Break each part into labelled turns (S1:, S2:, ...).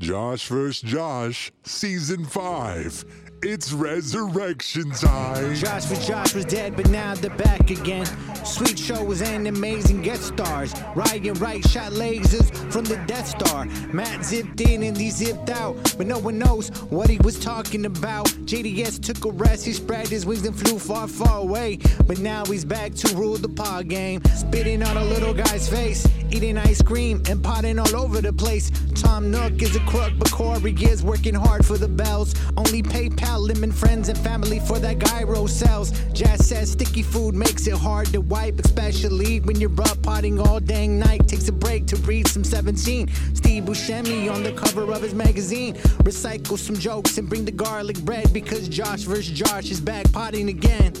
S1: Josh vs. Josh, Season 5. It's resurrection time.
S2: Josh was Josh was dead, but now they're back again. Sweet show was an amazing guest stars. Ryan Wright shot lasers from the Death Star. Matt zipped in and he zipped out, but no one knows what he was talking about. JDS took a rest, he spread his wings and flew far, far away. But now he's back to rule the pod game. Spitting on a little guy's face, eating ice cream and potting all over the place. Tom Nook is a crook, but Corey is working hard for the bells. Only PayPal. Lemon friends and family for that gyro sells. Jazz says sticky food makes it hard to wipe, especially when you're up potting all dang night. Takes a break to read some 17. Steve Buscemi on the cover of his magazine. Recycle some jokes and bring the garlic bread because Josh vs. Josh is back potting again.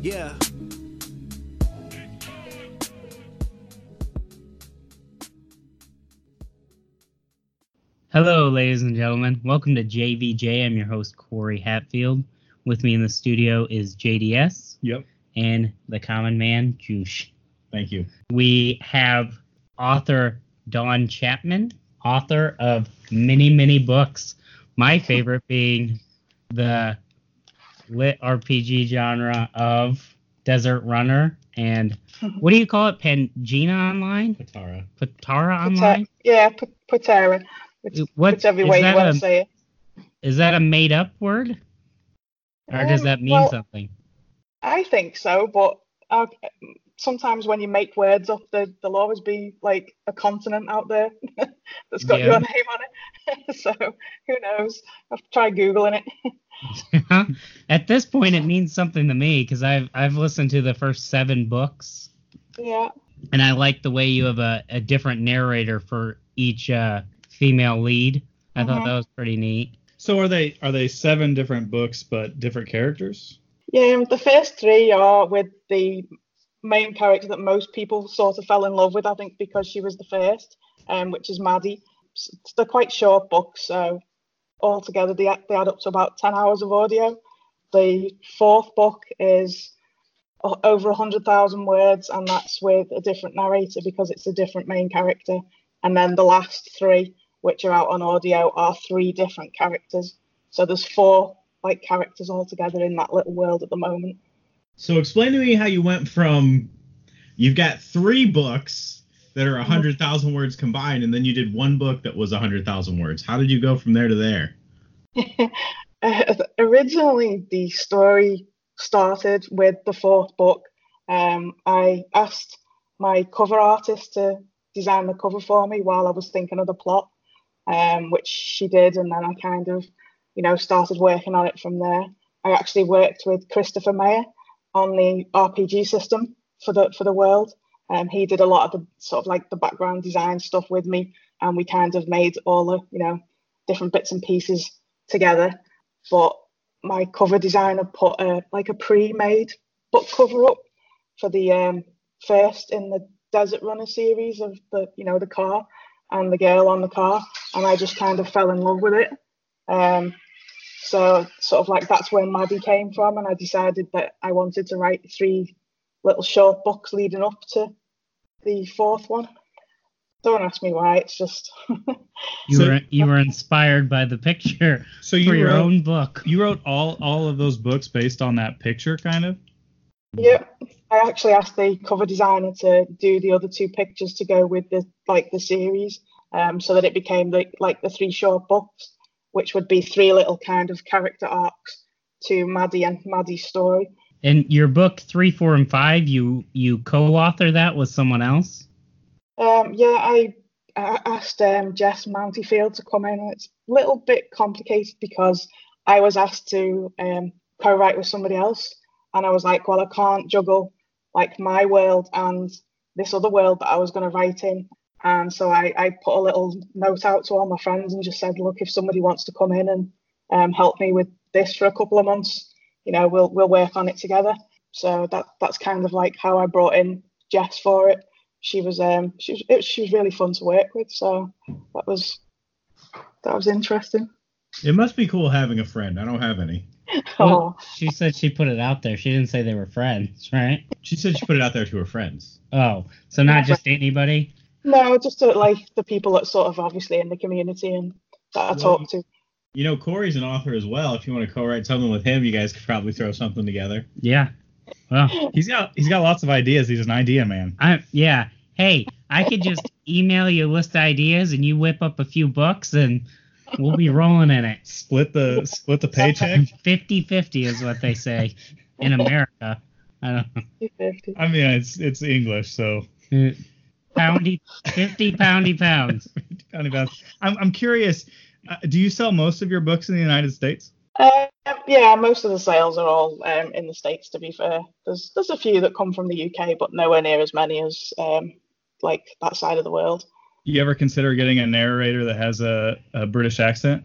S2: Yeah.
S3: Hello, ladies and gentlemen. Welcome to JVJ. I'm your host, Corey Hatfield. With me in the studio is JDS
S4: Yep.
S3: and the common man, Juice.
S4: Thank you.
S3: We have author Don Chapman, author of many, many books. My favorite being the lit RPG genre of Desert Runner and what do you call it? Pangina Online?
S4: Katara.
S3: Patara
S5: Pata-
S3: Online?
S5: yeah, P- Patara. Which,
S3: Uh, what-
S5: whichever
S3: is
S5: way
S3: that
S5: you want
S3: a-
S5: to say it.
S3: Is that a made up word? Or does
S5: Um,
S3: that mean
S5: well,
S3: something?
S5: I think so, but uh, sometimes when you make words up, there, there'll always be like a continent out there that's got
S3: Yeah.
S5: your name on it. so who knows? I've tried Googling it.
S3: At this point, it means something to me because I've I've listened to the first seven books,
S5: yeah.
S3: and I like the way you have a, a different narrator for each uh, female lead. I thought
S5: Mhm.
S3: that was pretty neat.
S4: So are they are they seven different books but different characters?
S5: Yeah, um, the first three are with the main character that most people sort of fell in love with, I think, because she was the first, um, which is Maddie. S- They're quite short books, so altogether they, a- they add up to about 10 hours of audio. The fourth book is o- over 100,000 words, and that's with a different narrator because it's a different main character. And then the last three, which are out on audio, are three different characters. So there's four like characters all together in that little world at the moment.
S6: So explain to me how you went from you've got three books that are a
S4: Mm-hmm.
S6: hundred thousand words combined, and then you did one book that was a hundred thousand words. How did you go from there to there?
S5: Uh, originally, the story started with the fourth book. Um, I asked my cover artist to design the cover for me while I was thinking of the plot, um, which she did, and then I kind of, you know, started working on it from there. I actually worked with Christopher Mayer on the RPG system for the for the world. Um, he did a lot of the sort of like the background design stuff with me, and we kind of made all the you know different bits and pieces together but my cover designer put a like a pre-made book cover up for the um, first in the Desert Runner series of the you know the car and the girl on the car, and I just kind of fell in love with it. Um, so sort of like that's where Maddie came from, and I decided that I wanted to write three little short books leading up to the fourth one. Don't ask me why. It's just
S3: You
S4: So-
S3: were you were inspired by the picture for
S4: So you
S3: your
S4: wrote
S3: own book.
S4: you wrote all all of those books based on that picture, kind of.
S5: Yep. I actually asked the cover designer to do the other two pictures to go with the like the series, um, so that it became like like the three short books, which would be three little kind of character arcs to Maddie and Maddie's story.
S3: And your book three, four, and five, you you co-author that with someone else.
S5: Um, yeah, I, I asked um, Jess Mountyfield to come in, and it's a little bit complicated because I was asked to um, co-write with somebody else, and I was like, well, I can't juggle like my world and this other world that I was going to write in, and so I, I put a little note out to all my friends and just said, look, if somebody wants to come in and um, help me with this for a couple of months, you know, we'll we'll work on it together. So that that's kind of like how I brought in Jess for it she was um she was, it, she was really fun to work with so that was that was interesting
S6: It must be cool having a friend. I don't have any.
S3: Well-
S5: oh
S3: She said she put it out there. She didn't say they were friends, right?
S6: She said she put it out there to her friends.
S3: Oh, so not just anybody.
S5: uh, no just to, like the people that sort of obviously in the community and that I
S6: Well,
S5: talk to.
S6: You know, Corey's an author as well. If you want to co-write something with him, you guys could probably throw something together.
S3: Yeah. Well,
S4: He's got he's got lots of ideas. He's an idea man.
S3: I yeah. Hey, I could just email you a list of ideas and you whip up a few books and we'll be rolling in it.
S4: Split the split the paycheck.
S3: 50-50 is what they say in America. I don't know.
S4: I mean, it's it's English, so
S3: Poundy, 50 poundy pounds.
S4: kind of bad. I'm I'm curious. Uh, do you sell most of your books in the United States?
S5: Uh, yeah, most of the sales are all um, in the states. To be fair, there's there's a few that come from the UK, but nowhere near as many as um, like that side of the world.
S4: You ever consider getting a narrator that has a, a British accent?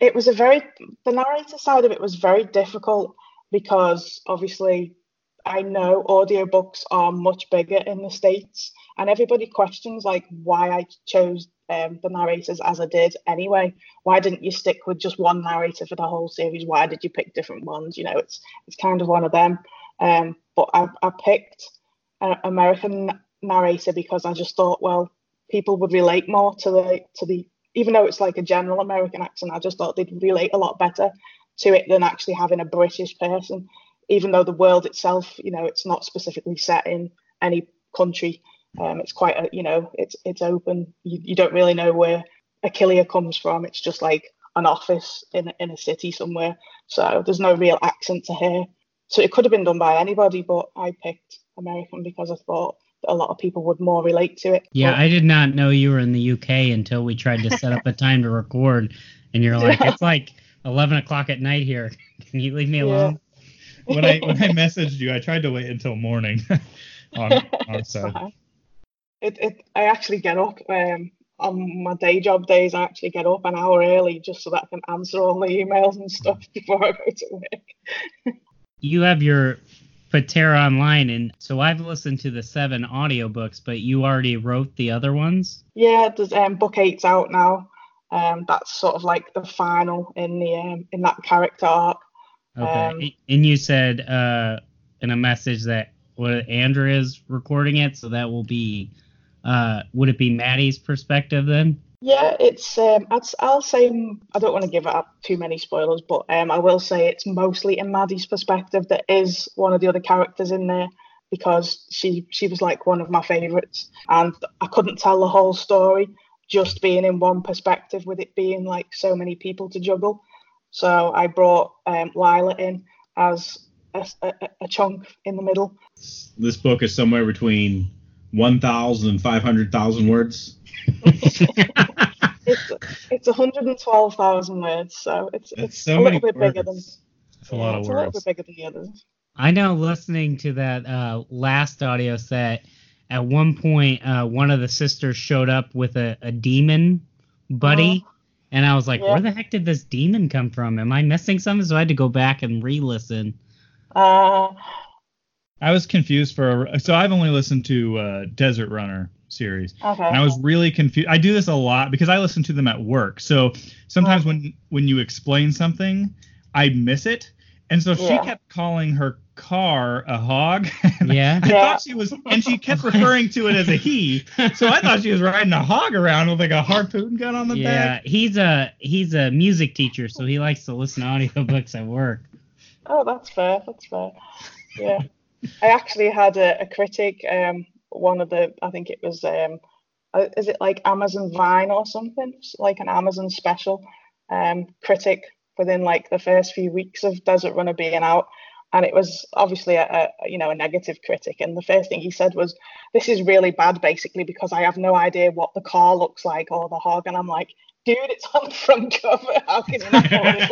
S5: It was a very the narrator side of it was very difficult because obviously I know audiobooks are much bigger in the states, and everybody questions like why I chose um, the narrators as I did anyway. Why didn't you stick with just one narrator for the whole series? Why did you pick different ones? You know, it's it's kind of one of them. Um, but I, I picked an American narrator because I just thought, well, people would relate more to the to the even though it's like a general American accent, I just thought they'd relate a lot better to it than actually having a British person even though the world itself, you know, it's not specifically set in any country. Um, it's quite, a, you know, it's it's open. You, you don't really know where Achillea comes from. It's just like an office in in a city somewhere. So there's no real accent to her. So it could have been done by anybody, but I picked American because I thought that a lot of people would more relate to it.
S3: Yeah,
S5: But-
S3: I did not know you were in the UK until we tried to set up a time to record, and you're like, it's like 11 o'clock at night here. Can you leave me
S5: Yeah.
S3: alone?
S4: When I when I messaged you, I tried to wait until morning. on our
S5: It's
S4: side.
S5: fine. It, it, I actually get up um, on my day job days. I actually get up an hour early just so that I can answer all the emails and stuff before I go to work.
S3: You have your Patera online, and so I've listened to the seven audiobooks, but you already wrote the other ones?
S5: Yeah, there's um, book eight's out now. Um, that's sort of like the final in the um, in that character arc.
S3: Okay.
S5: Um,
S3: A- and you said uh, in a message that what Andrew is recording it, so that will be, uh, would it be Maddie's perspective then?
S5: Yeah, it's um, I'd, s- I'll say m- I don't want to give up too many spoilers, but um, I will say it's mostly in Maddie's perspective that is one of the other characters in there because she she was like one of my favourites, and I couldn't tell the whole story just being in one perspective with it being like so many people to juggle. So I brought um, Lila in as a, s- a- a- a chunk in the middle.
S6: This book is somewhere between 1,000 and 500,000 words.
S5: It's it's 112,000 words, so it's
S6: That's
S5: it's
S6: so
S5: a
S6: many
S5: little bit bigger than
S6: words.
S4: That's a lot
S5: yeah,
S4: of
S5: it's a little
S4: words.
S5: bit bigger than the others.
S3: I know listening to that uh, last audio set, at one point, uh, one of the sisters showed up with a, a demon buddy. And I was like,
S5: Uh-huh. Yeah.
S3: where the heck did this demon come from? Am I missing something? So I had to go back and re listen.
S5: Uh,
S4: I was confused for a, so I've only listened to uh, Desert Runner series.
S5: okay.
S4: And I was really confused. I do this a lot because I listen to them at work. So sometimes
S5: Oh.
S4: when when you explain something, I miss it. And so
S5: Yeah.
S4: she kept calling her car a hog. And
S3: Yeah.
S4: I
S5: Yeah.
S4: thought she was, and she kept referring to it as a he. So I thought she was riding a hog around with like a harpoon gun on the back.
S3: Yeah. He's a he's a music teacher, so he likes to listen to audiobooks at work.
S5: Oh, that's fair. That's fair. Yeah. I actually had a, a critic, um, one of the, I think it was, um, uh, is it like Amazon Vine or something? It's like an Amazon special um, critic within like the first few weeks of Desert Runner being out. And it was obviously a, a you know a negative critic, and the first thing he said was, "This is really bad, basically, because I have no idea what the car looks like or the hog." And I'm like, "Dude, it's on the front cover. How can you not know what it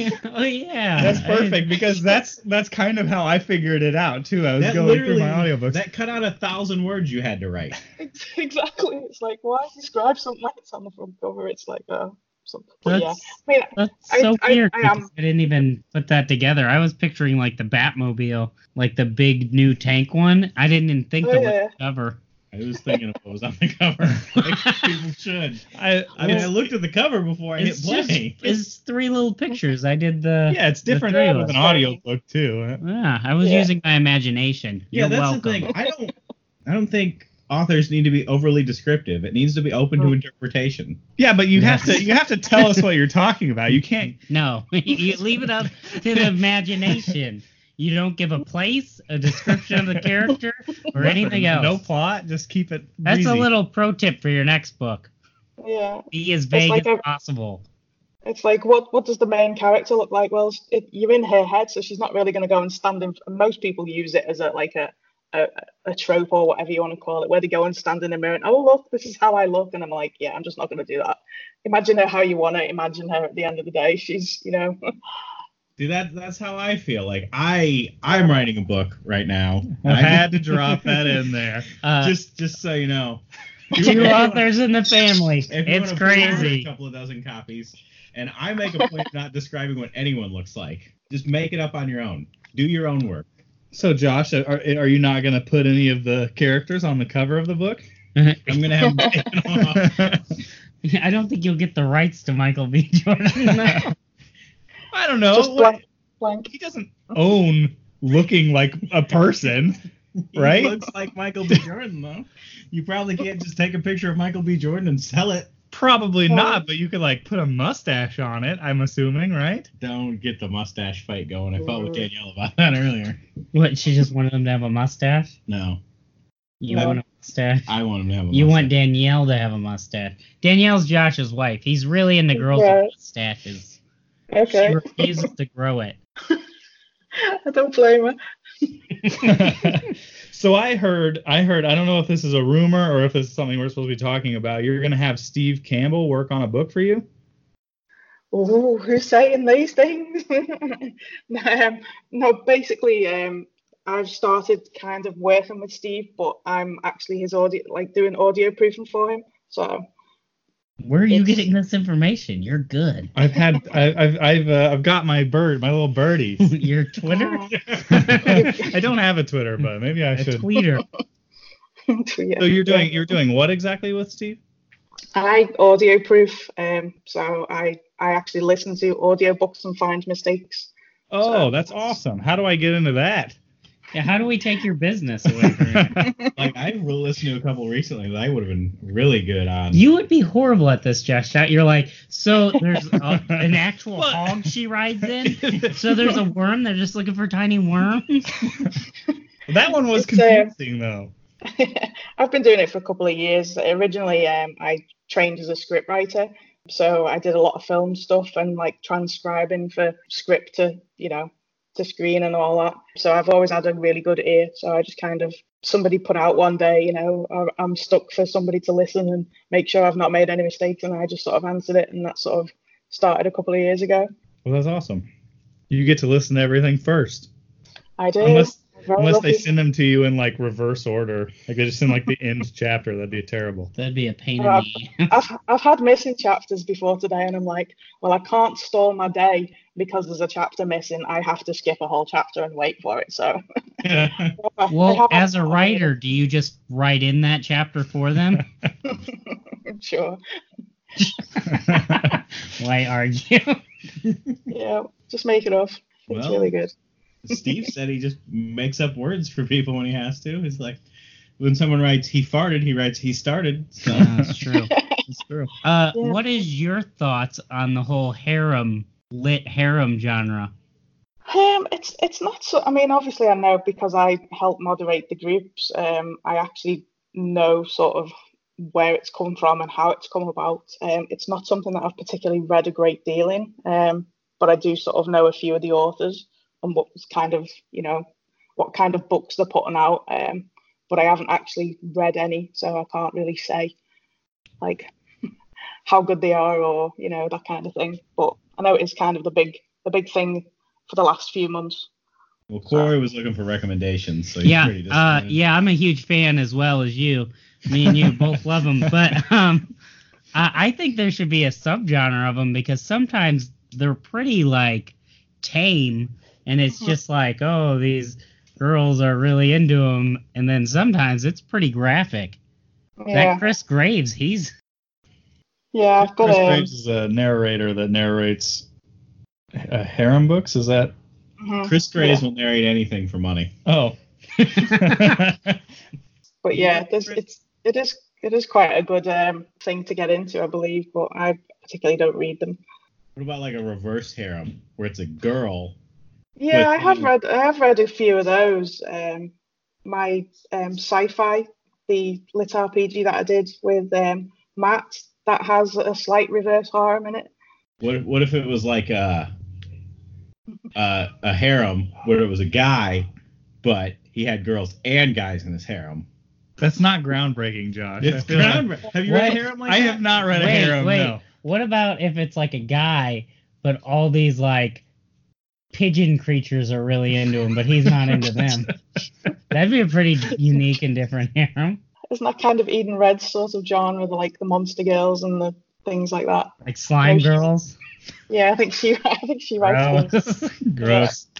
S5: looks like?"
S3: oh yeah.
S4: That's
S3: I-
S4: perfect because that's that's kind of how I figured it out too. I was
S6: That
S4: going through
S6: literally,
S4: my audiobooks.
S6: that cut out a thousand words you had to write.
S5: Ex- exactly. It's like why describe something like it's on the front cover? It's like uh, something. But
S3: That's,
S5: yeah, I mean,
S3: that's
S5: I-
S3: so
S5: I-
S3: weird.
S5: I,
S3: because I,
S5: um,
S3: didn't even put that together. I was picturing like the Batmobile, like the big new tank one. I didn't even think
S5: Oh,
S3: to
S5: yeah.
S3: look cover.
S6: I was thinking of what was on the cover. Like people should.
S4: I,
S6: I mean, I looked at the cover before I hit
S3: It's just
S6: play.
S3: it's three little pictures. I did the
S4: yeah, it's different
S3: three of
S4: with
S3: us.
S4: an audiobook too.
S3: Yeah, I was
S5: Yeah.
S3: using my imagination.
S6: yeah,
S3: You're
S6: that's
S3: welcome.
S6: the thing. I don't. I don't think authors need to be overly descriptive. It needs to be open
S3: Hmm.
S6: to interpretation.
S4: Yeah, but you have to you have to tell us what you're talking about. You can't.
S3: No, you leave it up to the imagination. You don't give a place, a description of the character, or anything else.
S4: No plot. Just keep it.
S3: That's a
S4: breezy.
S3: little pro tip for your next book.
S5: Yeah.
S3: Be as vague
S5: like
S3: as
S5: a-
S3: possible.
S5: It's like, what what does the main character look like? Well, s- it, you're in her head, so she's not really going to go and stand in. and Most people use it as a like a, a a trope or whatever you want to call it, where they go and stand in a mirror and oh look, this is how I look, and I'm like, yeah, I'm just not going to do that. Imagine her how you want to imagine her. At the end of the day, she's you know,
S6: See that that's how I feel. Like I I'm writing a book right now. I
S4: I
S6: had
S4: had to drop that in there.
S3: Uh,
S6: just just so you know.
S3: two authors in the family.
S6: If you
S3: It's
S6: wanna pre-order A
S3: crazy.
S6: couple of dozen copies, and I make a point of not describing what anyone looks like. Just make it up on your own. Do your own work.
S4: So Josh, are, are you not going to put any of the characters on the cover of the book?
S6: I'm gonna have them taken off.
S3: I don't think you'll get the rights to Michael B. Jordan.
S4: I don't know.
S5: just
S4: What-
S5: blank, blank.
S4: he doesn't own looking like a person, right?
S6: He looks like Michael B. Jordan though. You probably can't just take a picture of Michael B. Jordan and sell it.
S4: Probably not, but you could like put a mustache on it. I'm assuming, right?
S6: Don't get the mustache fight going. I fought with Danielle about that earlier.
S3: what? She just wanted him to have a mustache.
S6: No,
S3: You
S6: No.
S3: want a mustache?
S6: I want him to have a
S3: You
S6: mustache.
S3: want Danielle to have a mustache. Danielle's Josh's wife. He's really into girls
S5: Yeah.
S3: with mustaches.
S5: Okay,
S3: She refuses to grow it.
S5: I don't blame her.
S4: so I heard, I heard, I don't know if this is a rumor or if this is something we're supposed to be talking about. You're gonna have Steve Campbell work on a book for you.
S5: Ooh, who's saying these things? um, no, basically, um, I've started kind of working with Steve, but I'm actually his audio, like doing audio proofing for him. So
S3: Where are you
S5: It's-
S3: getting this information? You're good.
S4: I've had, I, I've, I've, uh, I've got my bird, my little birdie.
S3: Your Twitter?
S5: uh,
S4: I don't have a Twitter, but maybe I
S3: A
S4: should.
S3: tweeter.
S5: uh, yeah,
S4: So you're doing,
S5: yeah.
S4: you're doing what exactly with Steve?
S5: I audio proof, um, so I I actually listen to audiobooks and find mistakes.
S4: Oh, that's awesome. How do I get into that?
S3: Yeah, how do we take your business away from you?
S6: like I've re- listened to a couple recently that I would have been really good on.
S3: You would be horrible at this, Josh. That You're like, so there's a, an actual
S4: What?
S3: hog she rides in. So there's a worm. They're just looking for tiny worms.
S4: That one was
S5: It's, uh,
S4: confusing though.
S5: I've been doing it for a couple of years. Originally, um, I trained as a script writer, so I did a lot of film stuff and like transcribing for script to, you know, to screen and all that. So I've always had a really good ear. So I just kind of somebody put out one day, you know, I- I'm stuck for somebody to listen and make sure I've not made any mistakes, and I just sort of answered it, and that sort of started a couple of years ago.
S4: Well, that's awesome. You get to listen to everything first,
S5: I do.
S4: unless
S5: Very
S4: unless they
S5: lucky.
S4: send them to you in like reverse order. Like they just send like the end chapter. That'd be terrible.
S3: That'd be a pain
S5: Rob.
S3: in the
S5: I've, I've had missing chapters before today, and I'm like, well, I can't stall my day because there's a chapter missing. I have to skip a whole chapter and wait for it. So, I
S3: Well,
S5: have-
S3: as a writer, do you just write in that chapter for them?
S5: sure,
S3: Why argue?
S5: yeah, just make it up. It's
S6: Well.
S5: really good.
S6: Steve said he just makes up words for people when he has to. He's like, when someone writes he farted, he writes he started. So
S3: That's true.
S6: it's true.
S3: Uh,
S5: Yeah.
S3: What is your thoughts on the whole harem lit harem genre?
S5: Um, it's it's not so. I mean, obviously, I know because I help moderate the groups. Um, I actually know sort of where it's come from and how it's come about. Um, it's not something that I've particularly read a great deal in. Um, but I do sort of know a few of the authors and what was kind of you know what kind of books they're putting out. Um, but I haven't actually read any, so I can't really say like how good they are or you know that kind of thing. But I know it is kind of the big the big thing for the last few months.
S6: Well, Corey was looking for recommendations, so he's
S3: Yeah,
S6: pretty
S3: uh,
S6: disappointed.
S3: yeah, I'm a huge fan as well as you. Me and you both love them, but um, I, I think there should be a subgenre of them because sometimes they're pretty like tame, and it's just like, oh, these girls are really into them, and then sometimes it's pretty graphic. That
S5: Yeah,
S3: Chris Graves, he's
S5: yeah, I've got
S4: Chris
S5: a.
S4: Graves is a narrator that narrates uh, harem books. Is that?
S5: mhm.
S3: Oh.
S6: Chris Graves will narrate anything for money.
S4: Oh.
S5: But yeah, there's, it's it is it is quite a good um, thing to get into, I believe. But I particularly don't read them.
S6: What about like a reverse harem where it's a girl?
S5: Yeah,
S6: But
S5: I have
S6: you-
S5: read I have read a few of those. Um, my um, sci-fi, the lit RPG that I did with um, Matt, that has a slight reverse harm in it.
S6: What if, what if it was like a a, a harem where it was a guy, but he had girls and guys in his harem?
S4: That's not groundbreaking, Josh. I
S6: It's
S4: feel like-
S6: groundbreaking. Have you read
S3: What?
S6: a harem like
S4: I
S6: that?
S4: have not read a
S3: Wait,
S4: harem.
S3: wait.
S4: No.
S3: What about if it's like a guy, but all these like pigeon creatures are really into him, but he's not into them? That'd be a pretty unique and different harem,
S5: Isn't that kind of Eden Red sort of genre, the, like the monster girls and the things like that?
S3: like slime
S5: Gross.
S3: girls.
S5: Yeah, I think she I think she writes them.
S3: Gross.
S4: Gross.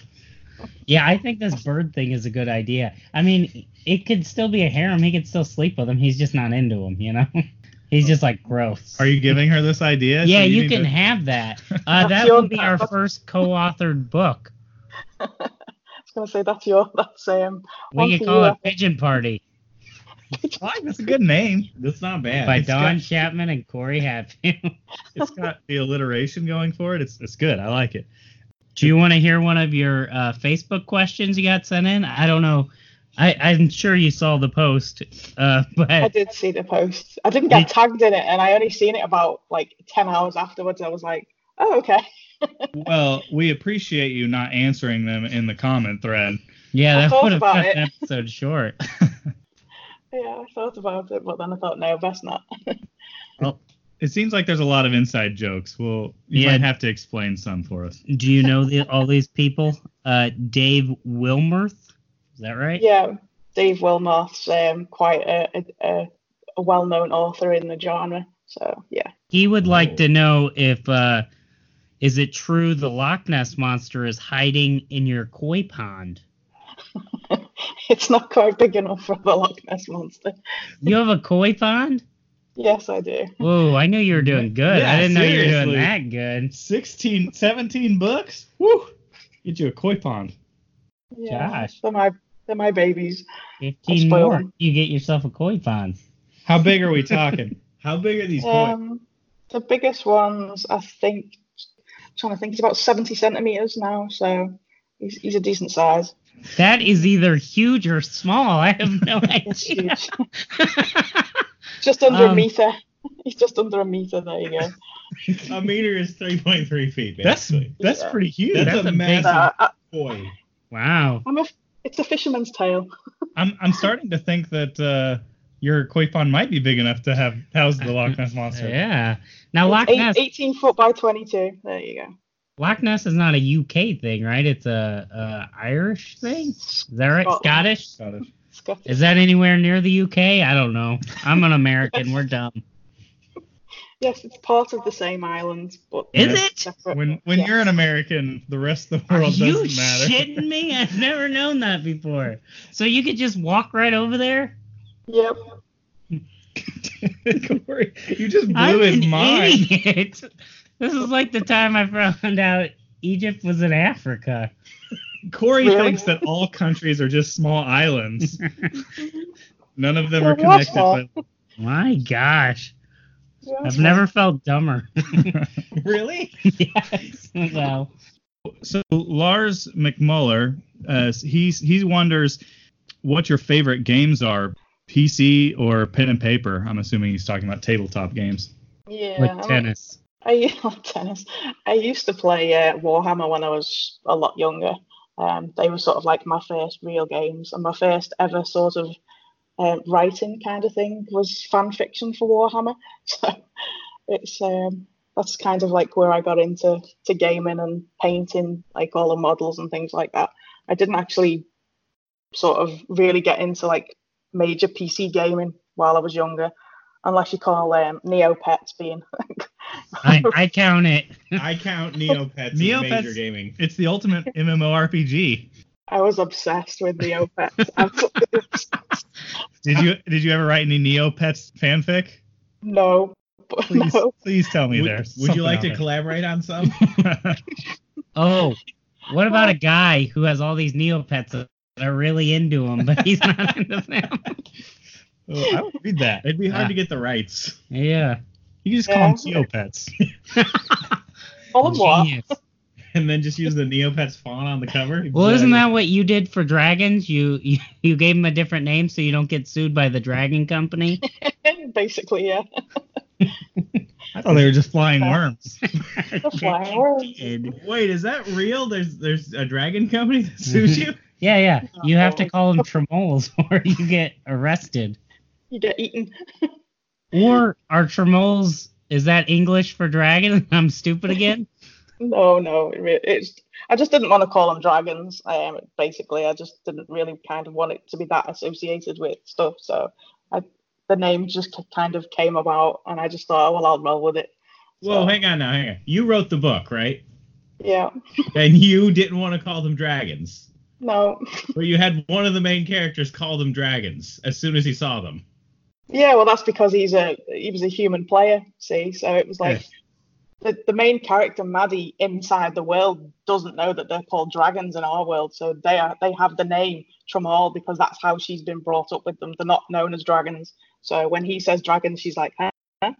S3: Yeah, I think this bird thing is a good idea. I mean, it could still be a harem. He could still sleep with him. He's just not into him, you know. He's just like gross.
S4: Are you giving her this idea?
S3: Yeah,
S4: So
S3: you,
S4: need
S3: can
S4: to-
S3: have that. Uh,
S5: That's
S3: that
S5: your-
S3: will be our first co-authored book.
S5: I was gonna say that's your that's um
S3: We
S5: One
S3: could
S5: for
S3: call
S5: you.
S3: it Pigeon Party
S4: I like that's a good name.
S6: That's not bad.
S3: by
S6: It's
S3: Don
S6: got-
S3: Chapman and Corey Hatfield.
S4: It's got the alliteration going for it. It's it's good. I like it.
S3: Do you want to hear one of your uh, Facebook questions you got sent in? I don't know. I, I'm sure you saw the post, uh,
S5: I
S3: but
S5: did see the post. I didn't get
S3: Did-
S5: tagged in it and I only seen it about like ten hours afterwards. I was like, Oh okay.
S4: Well, we appreciate you not answering them in the comment thread.
S3: yeah,
S5: I
S3: that
S5: thought
S3: would have
S5: about
S3: cut
S5: it.
S3: the episode short.
S5: Yeah, I thought about it, but then I thought no, best not.
S4: It seems like there's a lot of inside jokes. Well, you
S3: Yeah.
S4: might have to explain some for us.
S3: Do you know the, all these people? Uh, Dave Wilmerth, is that right?
S5: Yeah, Dave Wilmoth's um, quite a, a- a, a well-known author in the genre. So yeah,
S3: He would like
S6: Oh.
S3: to know if uh, is it true the Loch Ness monster is hiding in your koi pond?
S5: it's not quite big enough for the Loch Ness monster.
S3: You have a koi pond?
S5: Yes, I do.
S3: Whoa, I knew you were doing good. I
S6: Yeah,
S3: didn't know you were doing
S4: seriously.
S3: that good.
S4: 16, 17 books? Woo! Get you a koi pond.
S5: Yeah,
S3: Gosh.
S5: they're my they're my babies.
S3: 15
S5: spoil
S3: more.
S5: them.
S3: You get yourself a koi pond.
S4: How big are we talking?
S6: How big are these toys?
S5: Um, the biggest ones, I think. I'm trying to think, he's about seventy centimeters now, so he's, he's a decent size.
S3: That is either huge or small. I have no
S5: He's
S3: idea.
S5: huge. just under a
S3: Um,
S5: meter. He's just under a meter. There you go.
S6: a meter is 3.3 feet.
S4: that's
S6: Basically.
S4: that's pretty huge.
S6: That's,
S3: that's
S6: a
S3: a big-
S6: massive
S5: Uh, I,
S6: toy.
S3: wow.
S5: I'm a. It's a fisherman's tail.
S4: I'm I'm starting to think that uh, your koi pond might be big enough to have house the Loch Ness monster.
S3: Yeah. Now
S5: It's
S3: Loch
S5: eight-
S3: Ness
S5: 18 foot by 22. There you go.
S3: Loch Ness is not a UK thing, right? It's a, a Irish thing. Is that right?
S5: Scotland.
S3: Scottish?
S4: Got it.
S5: Scottish.
S3: Is that anywhere near the UK? I don't know. I'm an American. We're dumb.
S5: Yes, it's part of the same island, but
S3: Is
S5: they're
S3: it?
S5: separate.
S4: When when
S5: Yes.
S4: you're an American, the rest of the
S3: Are
S4: world
S3: you
S4: doesn't matter.
S3: shitting me? I've never known that before. So you could just walk right over there?
S5: Yep.
S4: Corey, you just blew
S3: I'm
S4: his
S3: an
S4: mind.
S3: idiot. This is like the time I found out Egypt was in Africa.
S4: Corey
S5: Really?
S4: thinks that all countries are just small islands. None of them are
S5: Well, what's
S4: connected. But
S3: My gosh.
S5: Yeah.
S3: I've never felt dumber.
S6: Really?
S3: yes. Well,
S4: so Lars McMuller, uh, he's he wonders what your favorite games are, PC or pen and paper. I'm assuming he's talking about tabletop games.
S5: Yeah.
S3: with
S5: I'm-
S3: tennis.
S5: I love tennis. I used to play uh, Warhammer when I was a lot younger. Um, they were sort of like my first real games, and my first ever sort of um, writing kind of thing was fan fiction for Warhammer. So it's um, that's kind of like where I got into to gaming and painting, like all the models and things like that. I didn't actually sort of really get into like major PC gaming while I was younger, unless you call um, Neopets being
S3: I, I count it.
S6: I count Neopets,
S4: Neopets-
S6: as major gaming.
S4: It's the ultimate MMORPG.
S5: I was obsessed with Neopets. Absolutely obsessed.
S4: Did you did you ever write any Neopets fanfic?
S5: No, but
S4: Please
S5: no.
S4: please tell me
S6: Would,
S4: there.
S6: would you like to collaborate on some?
S3: Oh, what about a guy who has all these Neopets that are really into him, but he's not into them?
S4: Oh, I would read that.
S6: It'd be hard
S3: Ah.
S6: to get the rights.
S3: Yeah.
S4: You can just call them Neopets.
S5: All what?
S3: Genius.
S6: And then just use the Neopets font on the cover.
S3: Well, isn't that what you did for dragons? You, you you gave them a different name so you don't get sued by the dragon company.
S5: Basically, yeah.
S4: I thought they were just flying worms.
S5: The flower.
S6: Wait, is that real? There's there's a dragon company that sues you?
S3: Yeah, yeah. You have to call them tremoles or you get arrested.
S5: You get eaten.
S3: Or are tremoles? Is that English for dragon? I'm stupid again.
S5: No, no. It re- it's. I just didn't want to call them dragons. Um, basically, I just didn't really kind of want it to be that associated with stuff. So, I, the name just ki- kind of came about, and I just thought, oh, well, I'll roll with it.
S6: Whoa,
S5: So,
S6: hang on now, hang on. You wrote the book, right?
S5: Yeah.
S6: And you didn't want to call them dragons.
S5: No.
S6: But you had one of the main characters call them dragons as soon as he saw them.
S5: Yeah, well, that's because he's a he was a human player. See, so it was like the, the main character Maddie inside the world doesn't know that they're called dragons in our world, so they are they have the name Tramal because that's how she's been brought up with them. They're not known as dragons. So when he says dragons, she's like, huh? Huh?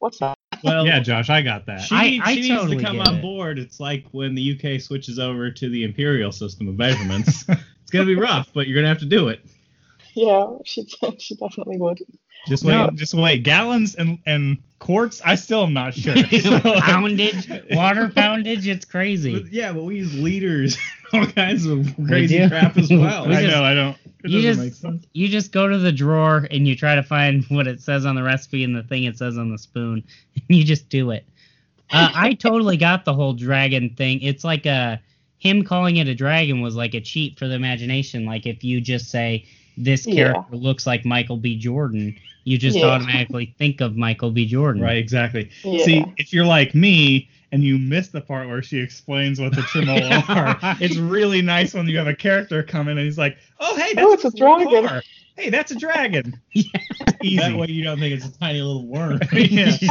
S5: What's that?
S6: Well,
S4: yeah, Josh, I got that.
S6: She,
S3: I-
S6: she
S3: I
S6: needs
S3: totally
S6: to come
S3: get
S6: on
S3: it.
S6: board. It's like when the UK switches over to the imperial system of measurements. it's gonna be rough, but you're gonna have to do it.
S5: Yeah, she she definitely would.
S4: Just wait,
S5: No.
S4: just wait. Gallons and and quarts. I still am not sure.
S3: poundage, water poundage. It's
S6: But
S3: crazy.
S6: yeah, but we use liters, all kinds of
S3: do.
S6: crazy crap as well.
S3: We
S4: I
S3: just-
S4: know. I don't. It
S3: you
S4: doesn't
S3: just-
S4: make sense.
S3: You just go to the drawer and you try to find what it says on the recipe and the thing it says on the spoon, and you just do it. Uh, I totally got the whole dragon thing. It's like a him calling it a dragon was like a cheat for the imagination. Like if you just say this
S5: Yeah.
S3: character looks like Michael B. Jordan, you just
S5: Yeah.
S3: automatically think of Michael B. Jordan.
S4: Right. Exactly.
S5: Yeah.
S4: See, if you're like me and you miss the part where she explains what the tremolo are, it's really nice when you have a character come in and he's like, "Oh, hey, that's
S5: Oh, it's a dragon.
S4: car. Hey, that's a dragon."
S6: That way
S4: Easy.
S6: you don't think it's a tiny little worm.
S4: Yeah.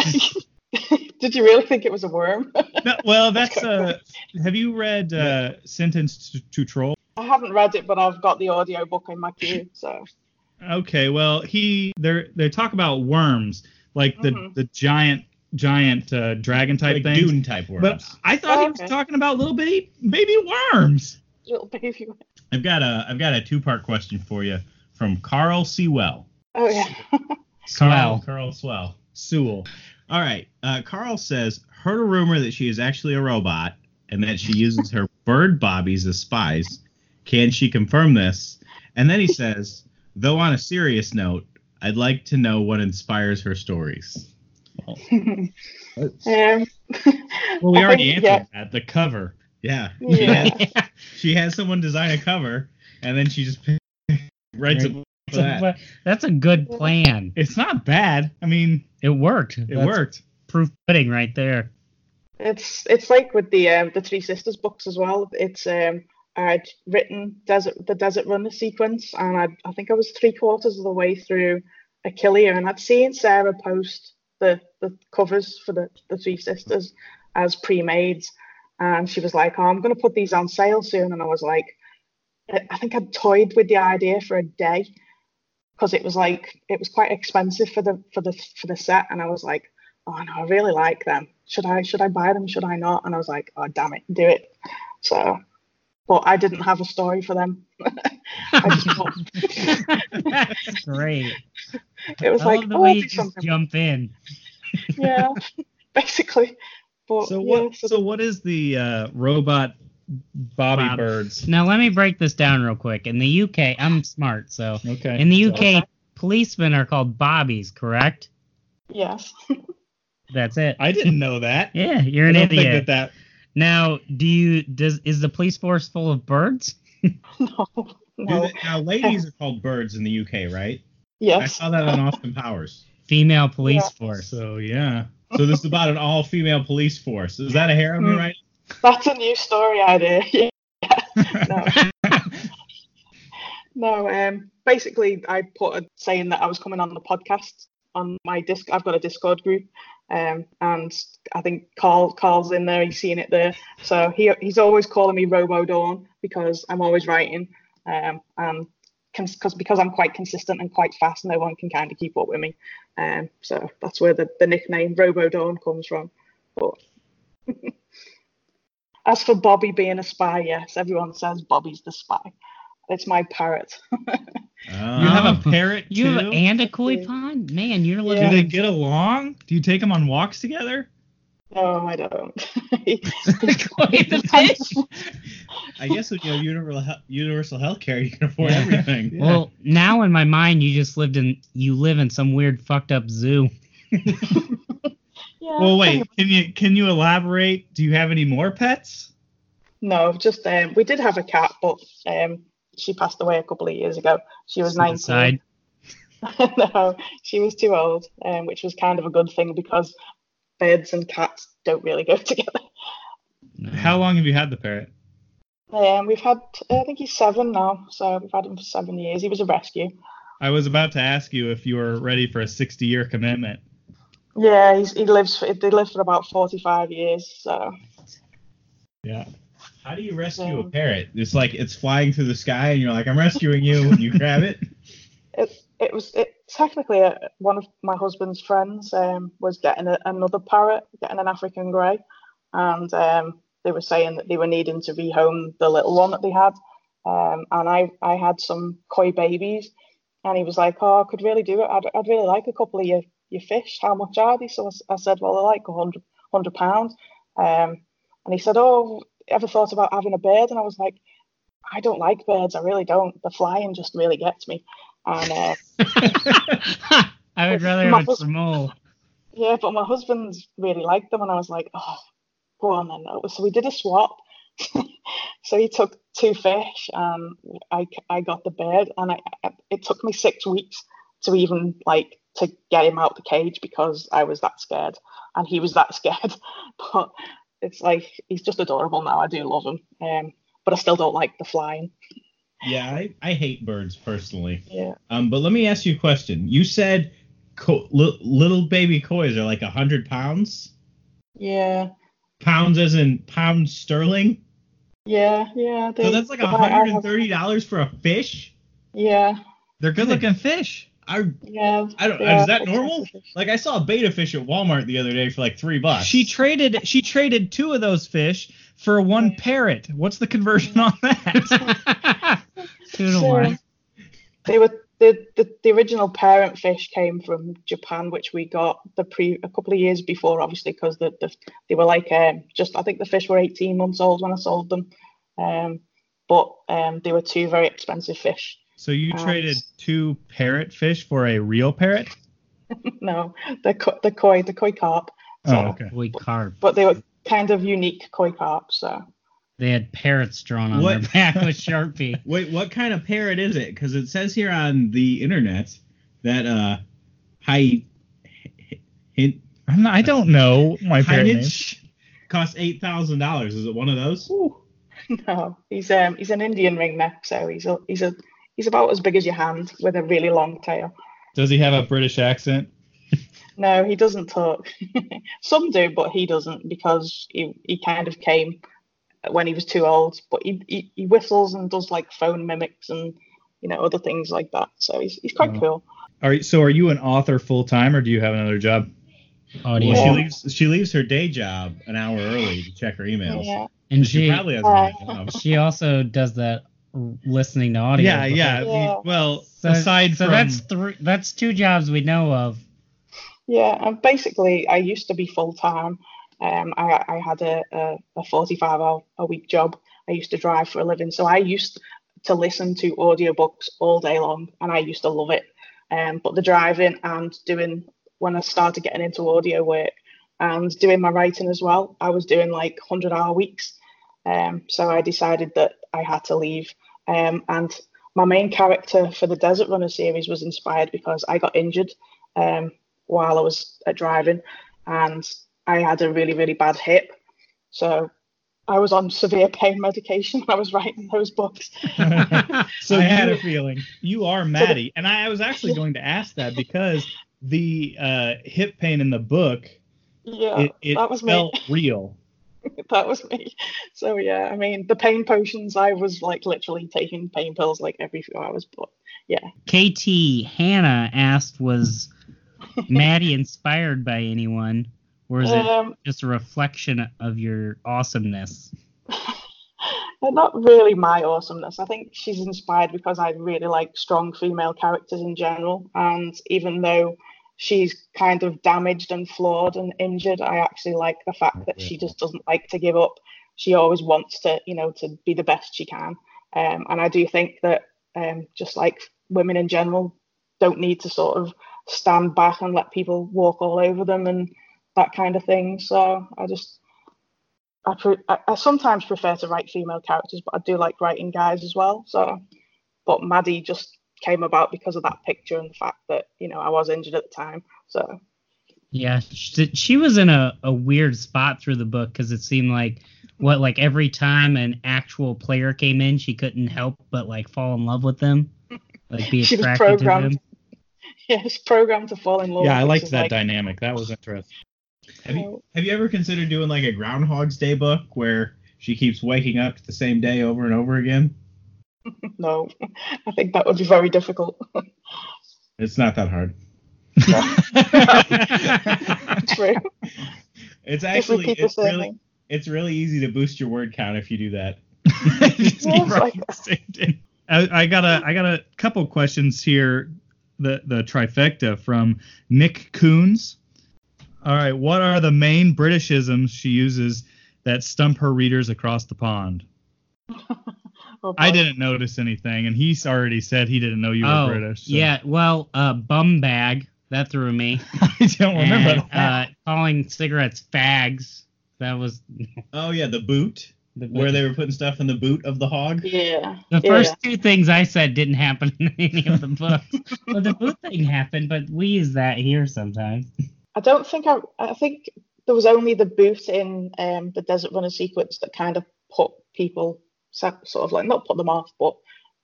S5: Did you really think it was a worm?
S4: No, well, that's. Uh, have you read uh, "Sentence to, to Troll"?
S5: I haven't read it, but I've got the audio book in my queue. So
S4: Okay, well, he they they talk about worms, like the
S5: Mhm.
S4: the giant giant uh, dragon type
S6: Mm-hmm. like
S4: things.
S6: Dune type worms. Oh,
S4: But I thought he was
S5: Okay.
S4: talking about little bitty baby worms.
S5: little baby.
S6: I've got a I've got a two part question for you from Carl Sewell.
S5: Oh yeah.
S3: Swell.
S6: Carl, Carl Swell.
S4: Sewell.
S6: All right. Uh, Carl says heard a rumor that she is actually a robot and that she uses her bird bobbies as spies. Can she confirm this? And then he says, though on a serious note, I'd like to know what inspires her stories.
S5: um,
S4: Well, we
S5: I
S4: already answered
S5: think- yeah.
S4: that. The cover.
S6: Yeah.
S5: Yeah.
S6: She has someone design a cover and then she just writes it.
S3: That's a- that's a good plan.
S4: It's not bad. I mean,
S3: It worked.
S4: it worked.
S3: Proof pudding right there.
S5: It's it's like with the um, the Three Sisters books as well. It's um I'd written desert the Desert Runner sequence, and I I think I was three quarters of the way through Achillea, and I'd seen Sarah post the the covers for the the Three Sisters as pre-mades, and she was like, "Oh, I'm gonna put these on sale soon," and I was like, I I think I'd toyed with the idea for a day because it was like it was quite expensive for the for the for the set, and I was like oh no, I really like them. Should I should I buy them? Should I not? And I was like, oh damn it, do it. So, but I didn't have a story for them. I just thought
S3: That's great.
S5: it was
S3: I
S5: like,
S3: love the
S5: oh,
S3: way
S5: I'll do
S3: you just
S5: something.
S3: jump in.
S5: Yeah, basically. But
S4: So
S5: Oh, yeah,
S4: what?
S5: so
S4: So what is the uh, robot Bobby
S3: Bob.
S4: birds?
S3: Now let me break this down real quick. In the UK, I'm smart, so
S4: Okay.
S3: in the UK, policemen are called bobbies, correct?
S5: yes,
S3: That's it.
S4: I didn't know that.
S3: Yeah, you're
S4: I
S3: an
S4: don't
S3: idiot.
S4: think that that.
S3: Now, do you does is the police force full of birds?
S5: no,
S6: Do
S5: no,
S6: they, now, ladies are called birds in the UK, right? I
S5: yes,
S6: saw that on Austin Powers.
S3: Female police
S5: Yeah.
S3: force.
S4: So yeah.
S6: So this is about an all-female police force. Is that a hair on me right?
S5: that's a new story idea. Yeah. No. No, um, basically, I put a saying that I was coming on the podcast on my disc. I've got a Discord group, um, and I think Carl Carl's in there. He's seen it there, so he he's always calling me Robo Dawn because I'm always writing, um, and because because I'm quite consistent and quite fast, no one can kind of keep up with me. Um, so that's where the, the nickname Robo Dawn comes from. But as for Bobby being a spy, yes, everyone says Bobby's the spy. It's my parrot.
S4: You have a parrot
S3: You
S4: too?
S3: have and a koi pond? Man, you're
S5: Yeah.
S4: Do
S3: living
S4: they get along? Do you take them on walks together?
S5: no, I don't.
S3: Koi the fish.
S6: I guess with your universal universal health care, you can afford everything.
S3: Well, now in my mind, you just lived in you live in some weird fucked up zoo.
S5: yeah,
S4: Well, wait. Can you can you elaborate? Do you have any more pets?
S5: No, just um, we did have a cat, but um, she passed away a couple of years ago. She was
S3: Set
S5: 19.
S3: aside.
S5: no, she was too old, um, which was kind of a good thing because birds and cats don't really go together.
S3: No.
S4: Mm-hmm. How long have you had the parrot?
S5: Um, we've had, I think he's seven now, so we've had him for seven years. He was a rescue.
S4: I was about to ask you if you were ready for a 60 year commitment.
S5: Yeah, he's, he lives. For, they live for about forty-five years. So
S4: Yeah.
S6: How do you rescue a parrot? It's like it's flying through the sky, and you're like, "I'm rescuing you," and you grab it.
S5: it it was it, technically uh one of my husband's friends um, was getting a, another parrot, getting an African grey, and um, they were saying that they were needing to rehome the little one that they had, um, and I I had some koi babies, and he was like, "Oh, I could really do it. I'd, I'd really like a couple of your, your fish. How much are they?" So I s- I, said, "Well, they're like 100 100 pounds," um, and he said, "Oh, ever thought about having a bird?" And I was like. I don't like birds. I really don't. The flying just really gets me. And uh,
S3: I would rather have a small.
S5: yeah, but my husband really liked them, and I was like, oh, go on then. Oh, So we did a swap. so he took two fish, and I, I got the bird, and I, I- it took me six weeks to even like to get him out the cage because I was that scared, and he was that scared. but it's like he's just adorable now. I do love him, um, but I still don't like the flying.
S6: Yeah, I, I hate birds personally.
S5: Yeah,
S6: Um, but let me ask you a question. You said co- li- little baby koi's are like hundred pounds.
S5: yeah,
S6: Pounds as in pounds sterling.
S5: yeah, yeah.
S6: So
S5: they-
S6: that's like
S5: but I- I have-
S6: hundred and thirty dollars for a fish.
S5: Yeah,
S4: They're good looking fish.
S6: I
S5: yeah.
S6: I don't.
S5: yeah,
S6: is that
S5: it's
S6: normal?
S5: expensive.
S6: Like I saw a beta fish at Walmart the other day for like three bucks.
S4: She traded she traded two of those fish for one parrot. What's the conversion on that?
S3: Two to
S5: So-
S3: one.
S5: they were the, the the original parent fish came from Japan, which we got the pre a couple of years before, obviously, because the, the they were like um, just I think the fish were 18 months old when I sold them, um, but um, they were two very expensive fish.
S4: so you
S5: Um,
S4: traded two parrot fish for a real parrot?
S5: no, the co- the koi the koi carp,
S4: Oh, okay.
S3: Holy carp.
S5: but they were kind of unique koi carp. So
S3: They had parrots drawn on their
S6: What?
S3: back with Sharpie.
S6: Wait, what kind of parrot is it? Because it says here on the internet that uh, hi, hint,
S4: I'm not, I don't know my parrot name.
S6: costs eight thousand dollars. Is it one of those?
S5: no, he's um he's an Indian ringneck, so he's a he's a he's about as big as your hand with a really long tail.
S4: Does he have a British accent?
S5: No, he doesn't talk. Some do, but he doesn't because he, he kind of came when he was too old. But he, he, he whistles and does like phone mimics and you know other things like that. So he's he's quite
S4: Oh.
S5: cool.
S4: Are you- so are you an author full time or do you have another job?
S3: Audio.
S6: Well, she
S5: Yeah.
S6: leaves. She leaves her day job an hour early to check her emails.
S5: Yeah,
S3: and
S6: She
S3: she
S6: probably has another job.
S3: she also does that listening to audio.
S4: yeah, yeah.
S5: Yeah.
S4: Well,
S3: So,
S4: aside
S3: so
S4: from
S3: that's three. That's two jobs we know of.
S5: yeah. And basically, I used to be full time. Um, I I had a a, a forty five hour a week job. I used to drive for a living, so I used to listen to audiobooks all day long, and I used to love it. Um, but the driving and doing when I started getting into audio work and doing my writing as well, I was doing like 100 hour weeks. Um, so I decided that I had to leave. Um, and my main character for the Desert Runner series was inspired because I got injured um, while I was uh, driving and I had a really, really bad hip. So I was on severe pain medication when I was writing those books.
S4: so
S6: I
S4: you,
S6: had
S4: had
S6: a
S4: a feeling you are Maddie, and I, I was actually going to ask that because the uh, hip pain in the book
S5: Yeah,
S4: it, it
S5: that was me.
S4: felt real.
S5: that was me. So yeah, I mean the pain potions. I was like literally taking pain pills like every few hours, but
S3: KT Hannah asked, was Maddie inspired by anyone, or is it
S5: Um,
S3: just a reflection of your awesomeness?
S5: not really my awesomeness. I think she's inspired because I really like strong female characters in general. And even though she's kind of damaged and flawed and injured, I actually like the fact that she just doesn't like to give up. She always wants to, you know, to be the best she can. Um, and I do think that um, just like women in general don't need to sort of stand back and let people walk all over them and that kind of thing. So I just I, pre- I, I sometimes prefer to write female characters, but I do like writing guys as well. So, but Maddie just came about because of that picture and the fact that you know I was injured at the time. So
S3: Yeah, she, she was in a, a weird spot through the book because it seemed like what like every time an actual player came in, she couldn't help but like fall in love with them, like be
S5: She was
S3: attracted to
S5: programmed.
S3: them.
S5: yeah, it's programmed to fall in love.
S4: yeah, I
S5: Oh, which
S4: liked
S5: is
S4: that
S5: like,
S4: dynamic. That was interesting.
S6: Have
S5: Oh.
S6: you have you ever considered doing like a Groundhog's Day book where she keeps waking up to the same day over and over again?
S5: No, I think that would be very difficult.
S6: It's not that hard.
S5: True. If
S6: It's
S5: we
S6: actually
S5: keep the
S6: it's
S5: same
S6: really
S5: thing.
S6: it's really easy to boost your word count if you do that.
S4: Just keep
S5: Yeah, it's like-
S4: writing the same thing. I, I got a I got a couple questions here. The the trifecta from Nick Coons. All right, what are the main Britishisms she uses that stump her readers across the pond?
S5: Oh,
S4: I
S5: boy.
S4: didn't notice anything, and he's already said he didn't know you were
S3: oh,
S4: British. so
S3: yeah. Well, uh, bum bag that threw me.
S4: I don't remember
S3: and,
S4: that.
S3: uh, calling cigarettes fags. That was
S6: Oh yeah, the boot
S3: the,
S6: where they were putting stuff in the boot of the hog.
S5: Yeah.
S3: the
S5: yeah.
S3: first two things I said didn't happen in any of the books. well, the boot thing happened, but we use that here sometimes.
S5: I don't think I. I think there was only the boot in um, the Desert Runner sequence that kind of put people so- sort of like not put them off, but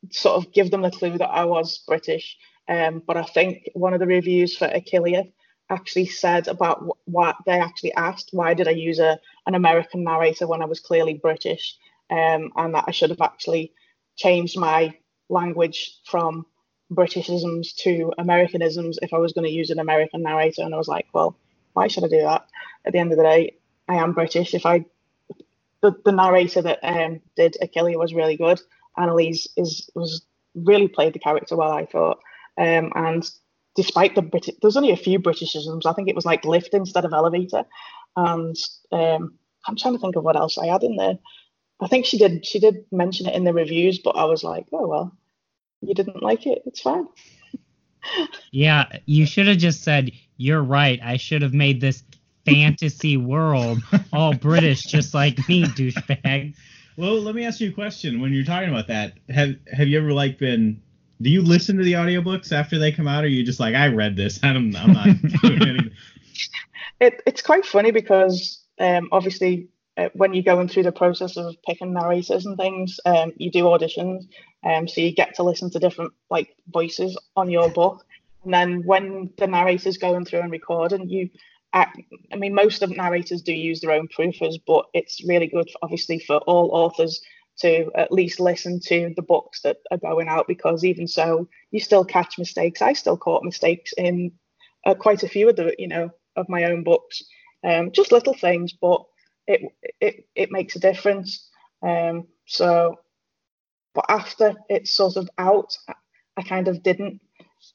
S5: sort of give them the clue that I was British. Um, but I think one of the reviews for Achillea actually said about wh- what they actually asked, why did I use a an American narrator when I was clearly British, um, and that I should have actually changed my language from Britishisms to Americanisms if I was going to use an American narrator. And I was like, well, why should I do that? At the end of the day, I am British. If I, the, the narrator that um, did Achille was really good. Annalise is was really played the character well, I thought. Um, and despite the British, there's only a few Britishisms. I think it was like lift instead of elevator. And um, I'm trying to think of what else I had in there. I think she did. She did mention it in the reviews, but I was like, oh well, you didn't like it. It's fine.
S3: Yeah, you should have just said, You're right. I should have made this fantasy world all British, just like me, douchebag.
S6: Well, let me ask you a question. When you're talking about that, have have you ever like been? Do you listen to the audiobooks after they come out, or are you just like I read this? I'm I'm not doing anything.
S5: It, it's quite funny because um, obviously uh, when you're going through the process of picking narrators and things, um, you do auditions, um, so you get to listen to different like voices on your book, and then when the narrator's going through and recording, you, act, I mean, most of narrators do use their own proofers, but it's really good, obviously, for all authors to at least listen to the books that are going out because even so, you still catch mistakes. I still caught mistakes in uh, quite a few of the, you know, of my own books, um, just little things, but it it it makes a difference. Um, so, but after it's sort of out, I- I kind of didn't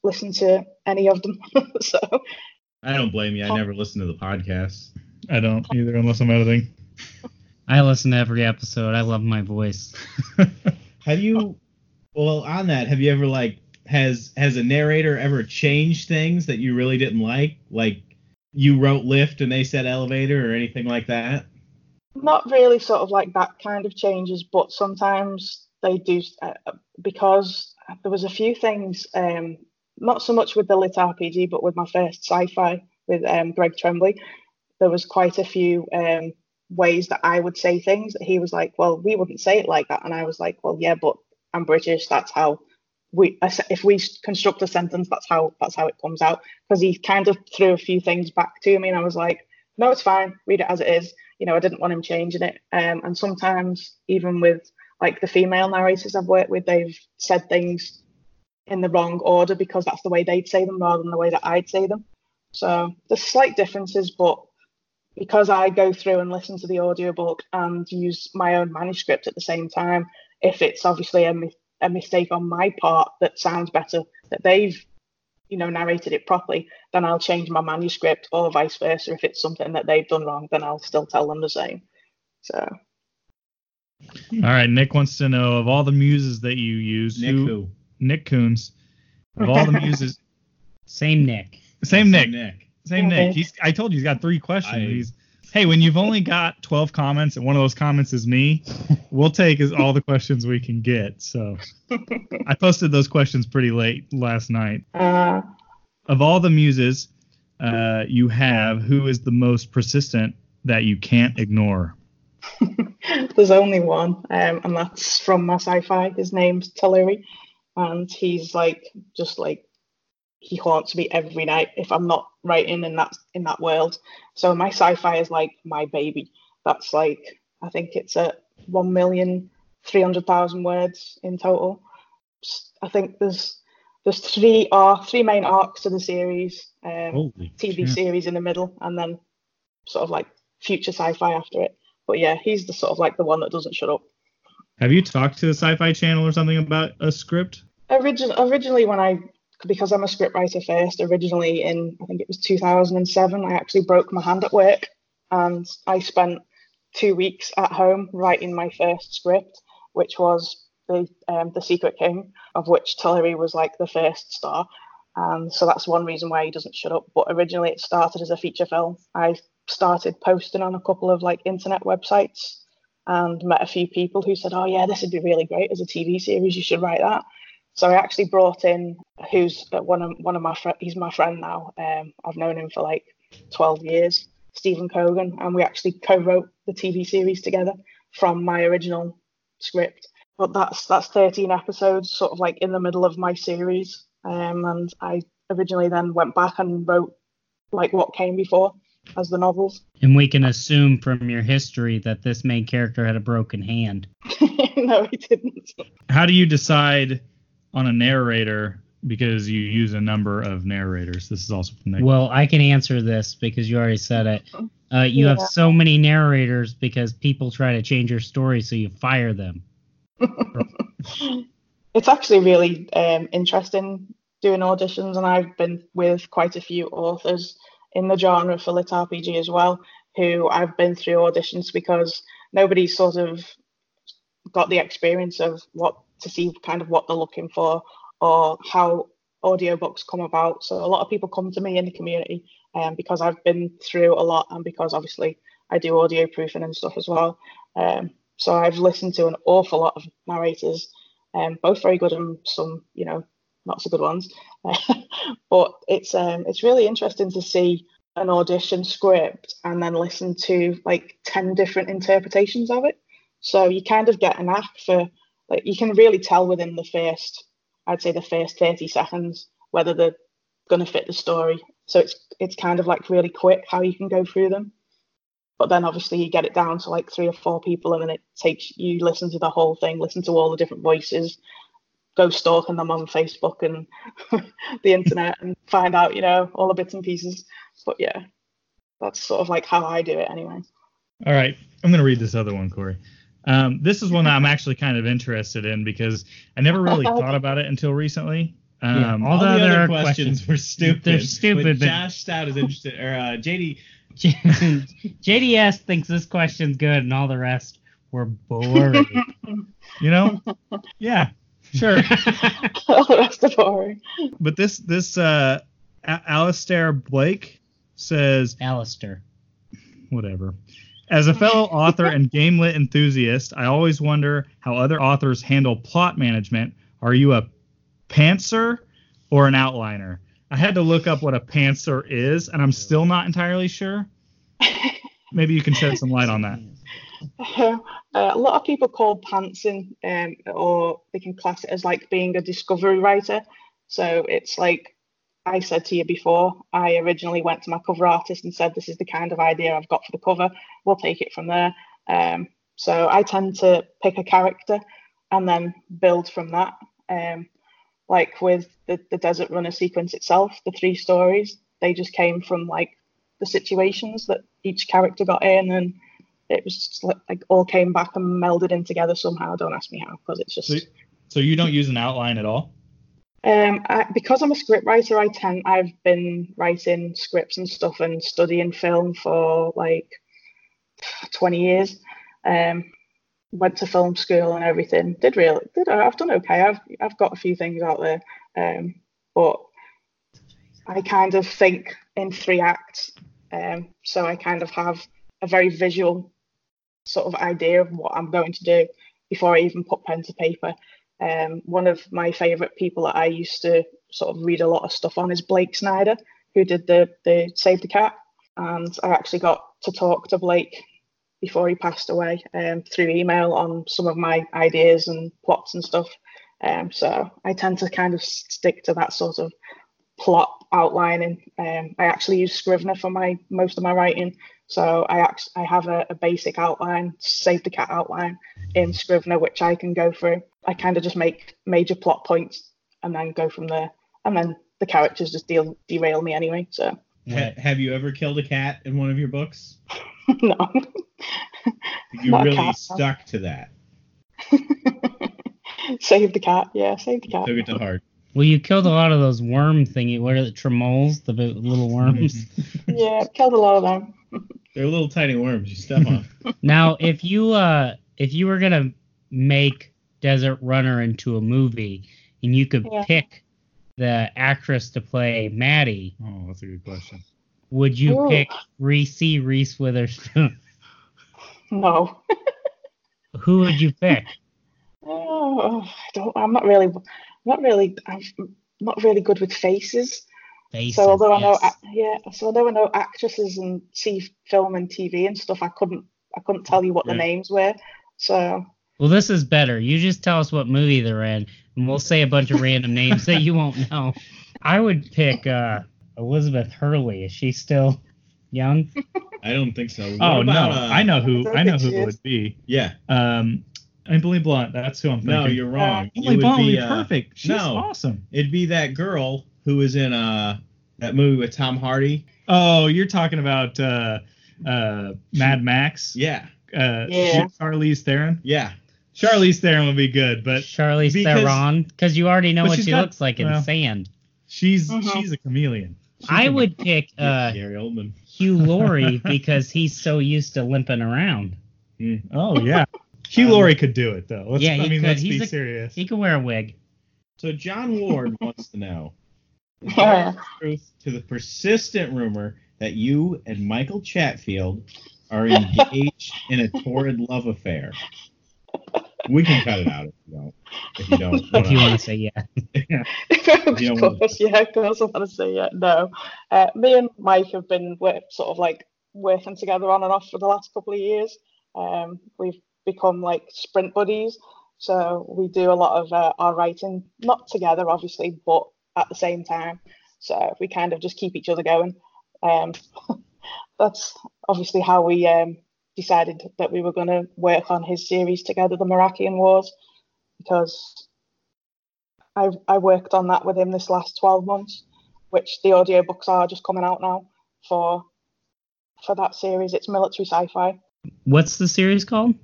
S5: listen to any of them. so
S6: I don't blame you. I never listen to the podcast.
S4: I don't either, unless I'm editing.
S3: I listen to every episode. I love my voice.
S6: Have you? Well, on that, have you ever like has has a narrator ever changed things that you really didn't like? Like you wrote lift and they said elevator or anything like that?
S5: not really sort of like that kind of changes, but sometimes they do uh, because there was a few things, um, not so much with the lit RPG, but with my first sci-fi with um, Greg Tremblay, there was quite a few um, ways that I would say things that he was like, well, we wouldn't say it like that, and I was like, well, yeah, but I'm British. That's how we a se- if we s- construct a sentence, that's how that's how it comes out. Because he kind of threw a few things back to me, and I was like, no, it's fine. Read it as it is you know, I didn't want him changing it. Um, and sometimes, even with like the female narrators I've worked with, they've said things in the wrong order because that's the way they'd say them rather than the way that I'd say them. So there's slight differences, but because I go through and listen to the audiobook and use my own manuscript at the same time, if it's obviously a, mi- a mistake on my part that sounds better, that they've you know narrated it properly, then I'll change my manuscript or vice versa. If it's something that they've done wrong, then I'll still tell them the same. So
S4: All right, Nick wants to know of all the muses that you use,
S6: Nick who?
S4: Nick Coons, of all the muses,
S3: Same Nick.
S4: same Nick,
S6: Nick.
S4: same
S5: Okay.
S4: Nick. He's, I told you he's got three questions.
S6: I-
S4: He's, hey, when you've only got 12 comments and one of those comments is me, we'll take as all the questions we can get. So I posted those questions pretty late last night.
S5: uh,
S4: Of all the muses uh, you have, who is the most persistent that you can't ignore?
S5: There's only one, um, and that's from my sci-fi. His name's Teleri, and he's like just like he haunts me every night if I'm not writing in that in that world. So my sci-fi is like my baby. That's like I think it's at one million three hundred thousand words in total. S- I think there's there's three or three main arcs to the series. Um,
S4: Holy
S5: TV
S4: shit.
S5: series in the middle, and then sort of like future sci-fi after it. But yeah, he's the sort of like the one that doesn't shut up.
S4: Have you talked to the Sci Fi Channel or something about a script?
S5: Origin- originally, when I because I'm a scriptwriter first, originally in I think it was 2007, I actually broke my hand at work, and I spent two weeks at home writing my first script, which was the um, the Secret King, of which Tillery was like the first star, and so that's one reason why he doesn't shut up. But originally, it started as a feature film. I started posting on a couple of like internet websites and met a few people who said, "Oh yeah, this would be really great as a TV series. You should write that." So I actually brought in who's uh, one of one of my friends. He's my friend now. Um, I've known him for like 12 years, Stephen Cogan, and we actually co-wrote the TV series together from my original script. But that's that's 13 episodes, sort of like in the middle of my series. Um, and I originally then went back and wrote like what came before as the novels.
S3: And we can assume from your history that this main character had a broken hand.
S5: no, he didn't.
S4: How do you decide on a narrator? Because you use a number of narrators. This is also from Nick.
S3: Well, I can answer this because you already said it. Uh, you have
S5: Yeah.
S3: so many narrators because people try to change your story, so you fire them.
S5: it's actually really um, interesting doing auditions, and I've been with quite a few authors in the genre for lit RPG as well, who I've been through auditions because nobody's sort of got the experience of what to see kind of what they're looking for or how audiobooks come about. So a lot of people come to me in the community um, because I've been through a lot and because obviously I do audio proofing and stuff as well. Um, so I've listened to an awful lot of narrators um, both very good and some, you know, not so good ones. but it's um, it's really interesting to see an audition script and then listen to like ten different interpretations of it. So you kind of get an app for like you can really tell within the first, I'd say the first thirty seconds whether they're going to fit the story. So it's it's kind of like really quick how you can go through them. But then obviously you get it down to like three or four people, and then it takes you listen to the whole thing, listen to all the different voices, go stalking them on Facebook and the internet, and find out you know all the bits and pieces. But yeah, that's sort of like how I do it anyway.
S4: All right, I'm going to read this other one, Corey. Um, this is one I'm actually kind of interested in because I never really thought about it until recently.
S3: Yeah,
S4: Um,
S3: all
S6: All the
S3: the
S6: other
S3: other
S6: questions,
S3: questions-
S6: were stupid.
S3: they're stupid,
S6: But
S3: but-
S6: Josh Stout is interested, or uh, JD.
S3: JDS thinks this question's good, and all the rest were boring.
S4: you know, yeah, sure.
S5: all the rest are boring.
S4: But this this uh, A- Alistair Blake says
S3: Alistair.
S4: whatever. As a fellow author and game lit enthusiast, I always wonder how other authors handle plot management. Are you a pantser or an outliner? I had to look up what a pantser is, and I'm still not entirely sure. Maybe you can shed some light on that.
S5: Uh, a lot of people call pantsing, um, or they can class it as like being a discovery writer. So it's like I said to you before, I originally went to my cover artist and said, This is the kind of idea I've got for the cover. We'll take it from there. Um, so I tend to pick a character and then build from that. Um, like with the, the Desert Runner sequence itself, the three stories, they just came from like the situations that each character got in, and it was just like, like all came back and melded in together somehow. Don't ask me how, because it's just.
S4: So, so you don't use an outline at all?
S5: Um, I, because I'm a scriptwriter, I tend I've been writing scripts and stuff and studying film for like 20 years. Um, went to film school and everything. Did real did I've done okay. I've I've got a few things out there, um, but I kind of think in three acts. Um, so I kind of have a very visual sort of idea of what I'm going to do before I even put pen to paper. Um, one of my favourite people that I used to sort of read a lot of stuff on is Blake Snyder, who did the the Save the Cat, and I actually got to talk to Blake before he passed away um, through email on some of my ideas and plots and stuff. Um, so I tend to kind of s- stick to that sort of plot outlining. Um, I actually use Scrivener for my most of my writing, so I act- I have a, a basic outline, save the cat outline in Scrivener, which I can go through. I kind of just make major plot points and then go from there, and then the characters just deal- derail me anyway. So
S6: Ha- have you ever killed a cat in one of your books?
S5: no.
S6: You
S5: Not a
S6: really
S5: cat.
S6: stuck to that.
S5: save the cat, yeah, save the cat.
S6: Took it to heart.
S3: Well, you killed a lot of those worm thingy. What are the tremoles, the bit- little worms?
S5: Yeah, killed a lot of them.
S6: They're little tiny worms you step on.
S3: now, if you uh, if you were gonna make Desert Runner into a movie, and you could
S5: Yeah.
S3: pick the actress to play Maddie,
S4: Oh, that's a good question.
S3: would you
S5: Ooh.
S3: pick Reese Reese Witherspoon?
S5: No.
S3: Who would you pick?
S5: Oh, I don't. I'm not really, I'm not really, I'm not really good with faces.
S3: Faces,
S5: so although I know,
S3: yes.
S5: yeah, so although I know actresses and see film and TV and stuff, I couldn't, I couldn't tell you what the
S6: Right.
S5: names were. So
S3: Well, this is better. You just tell us what movie they're in, and we'll say a bunch of random names that you won't know. I would pick uh, Elizabeth Hurley. Is she still young?
S6: I don't think so. What
S4: Oh
S6: about,
S4: no,
S6: uh,
S4: I know who
S5: Don't
S4: I know
S5: think
S4: who
S5: she
S4: it
S5: is.
S4: would be.
S6: Yeah.
S4: Um, Emily Blunt. That's who I'm thinking.
S6: No, you're wrong. It
S4: Emily
S6: would
S4: Blunt would be
S6: uh,
S4: perfect. She's
S6: no.
S4: awesome.
S6: It'd be that girl who was in uh that movie with Tom Hardy.
S4: Oh, you're talking about uh, uh, Mad Max.
S6: Yeah.
S4: Uh,
S5: Yeah.
S4: Charlize Theron.
S6: Yeah.
S4: Charlize Theron would be good, but
S3: Charlize
S4: because-
S3: Theron, because you already know
S4: but
S3: what
S4: she's
S3: she
S4: got-
S3: looks like in
S4: well,
S3: sand.
S4: she's
S5: Mhm.
S4: she's a chameleon. She's
S3: I
S4: a-
S3: would pick uh,
S6: Gary Oldman.
S3: Hugh Laurie because he's so used to limping around.
S4: Oh yeah, Hugh
S6: Um,
S4: Laurie could do it though. Let's,
S3: yeah, he
S4: I mean
S3: could.
S4: let's
S3: He's
S4: be
S3: a-
S4: serious.
S3: He can wear a wig.
S6: So John Ward wants to know is
S5: yeah,
S6: there truth to the persistent rumor that you and Michael Chatfield are engaged in a torrid love affair. We can cut it out if you don't. If you don't.
S3: If you
S6: wanna-
S3: want to say yeah,
S5: of
S6: You don't want
S5: course, yeah, of course. I want to say yeah. No, uh, me and Mike have been we sort of like working together on and off for the last couple of years. Um, we've become like sprint buddies, so we do a lot of uh, our writing not together, obviously, but at the same time. So we kind of just keep each other going. Um, that's obviously how we um, decided that we were going to work on his series together, the Marakian Wars, because I I worked on that with him this last 12 months, which the audiobooks are just coming out now for for that series. It's military sci-fi.
S3: what's the series called?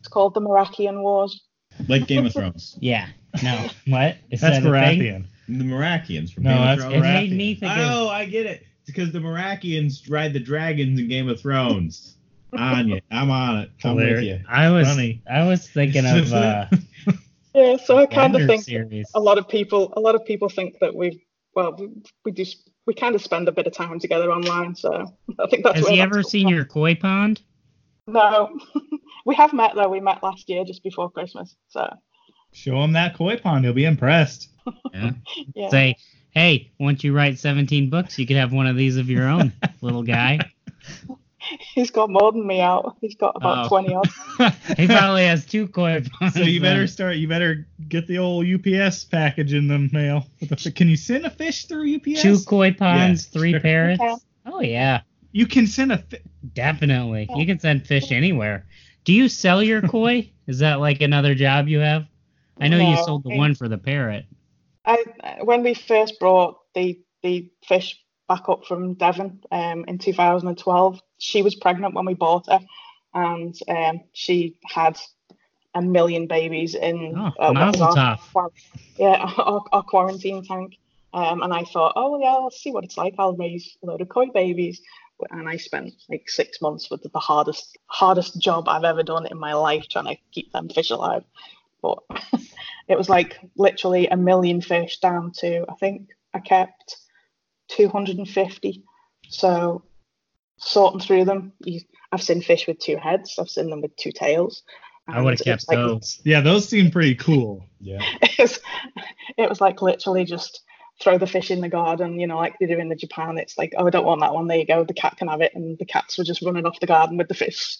S5: It's called The Marakian Wars.
S6: Like Game of Thrones.
S3: Yeah, no, what? Is
S4: That's
S3: that a thing?
S4: Baratheon.
S6: The Marakians from
S4: No,
S6: Game
S4: that's
S6: of
S3: It
S6: Thrones.
S3: made me think of
S6: Oh, I get it. It's because the Marakians ride the dragons in Game of Thrones. on it. I'm on it. I'm with
S4: Hilarious.
S6: you.
S3: I was
S4: Funny.
S3: I was thinking of uh,
S5: Yeah, so I kind
S3: Wonder
S5: of think
S3: series.
S5: a lot of people a lot of people think that we've well we, we do s- we kind of spend a bit of time together online. So I think that's
S3: Has
S5: where
S3: he
S5: that's
S3: ever
S5: come
S3: seen
S5: from.
S3: your koi pond?
S5: No, we have met though. We met last year just before Christmas. So
S4: Show him that koi pond. He'll be impressed.
S5: yeah.
S3: Say, hey, once you write 17 books, you could have one of these of your own, little guy.
S5: He's got more than me out. He's got about
S3: Oh.
S5: 20 odd.
S3: He probably has two koi ponds.
S4: so you better
S3: then.
S4: start. You better get the old UPS package in the mail. With the, can you send a fish through UPS?
S3: two koi ponds, three
S6: sure.
S3: parrots.
S5: Okay.
S3: Oh yeah,
S4: You can send a. Fi-
S3: definitely. You can send fish anywhere. Do you sell your koi? Is that like another job you have? I know you
S5: No,
S3: sold the
S5: I-
S3: one for the parrot.
S5: I when we first brought the the fish back up from Devon um, in 2012, she was pregnant when we bought her, and um, she had a million babies in
S3: Oh,
S5: uh,
S3: mazel
S5: our-
S3: tov.
S5: our- yeah our, our quarantine tank. Um, and I thought, oh yeah, let's see what it's like. I'll raise a load of koi babies. And I spent like six months with the hardest hardest job I've ever done in my life trying to keep them fish alive. But it was like literally a million fish down to I think I kept 250. So sorting through them, you, I've seen fish with two heads. I've seen them with two tails.
S3: I would
S5: and
S3: have
S5: it was
S3: kept
S5: like-
S3: those.
S4: Yeah, those seem pretty cool.
S6: Yeah.
S5: it was, it was like literally just throw the fish in the garden, you know, like they do in the Japan. It's like, oh, I don't want that one. There you go. The cat can have it. And the cats were just running off the garden with the fish.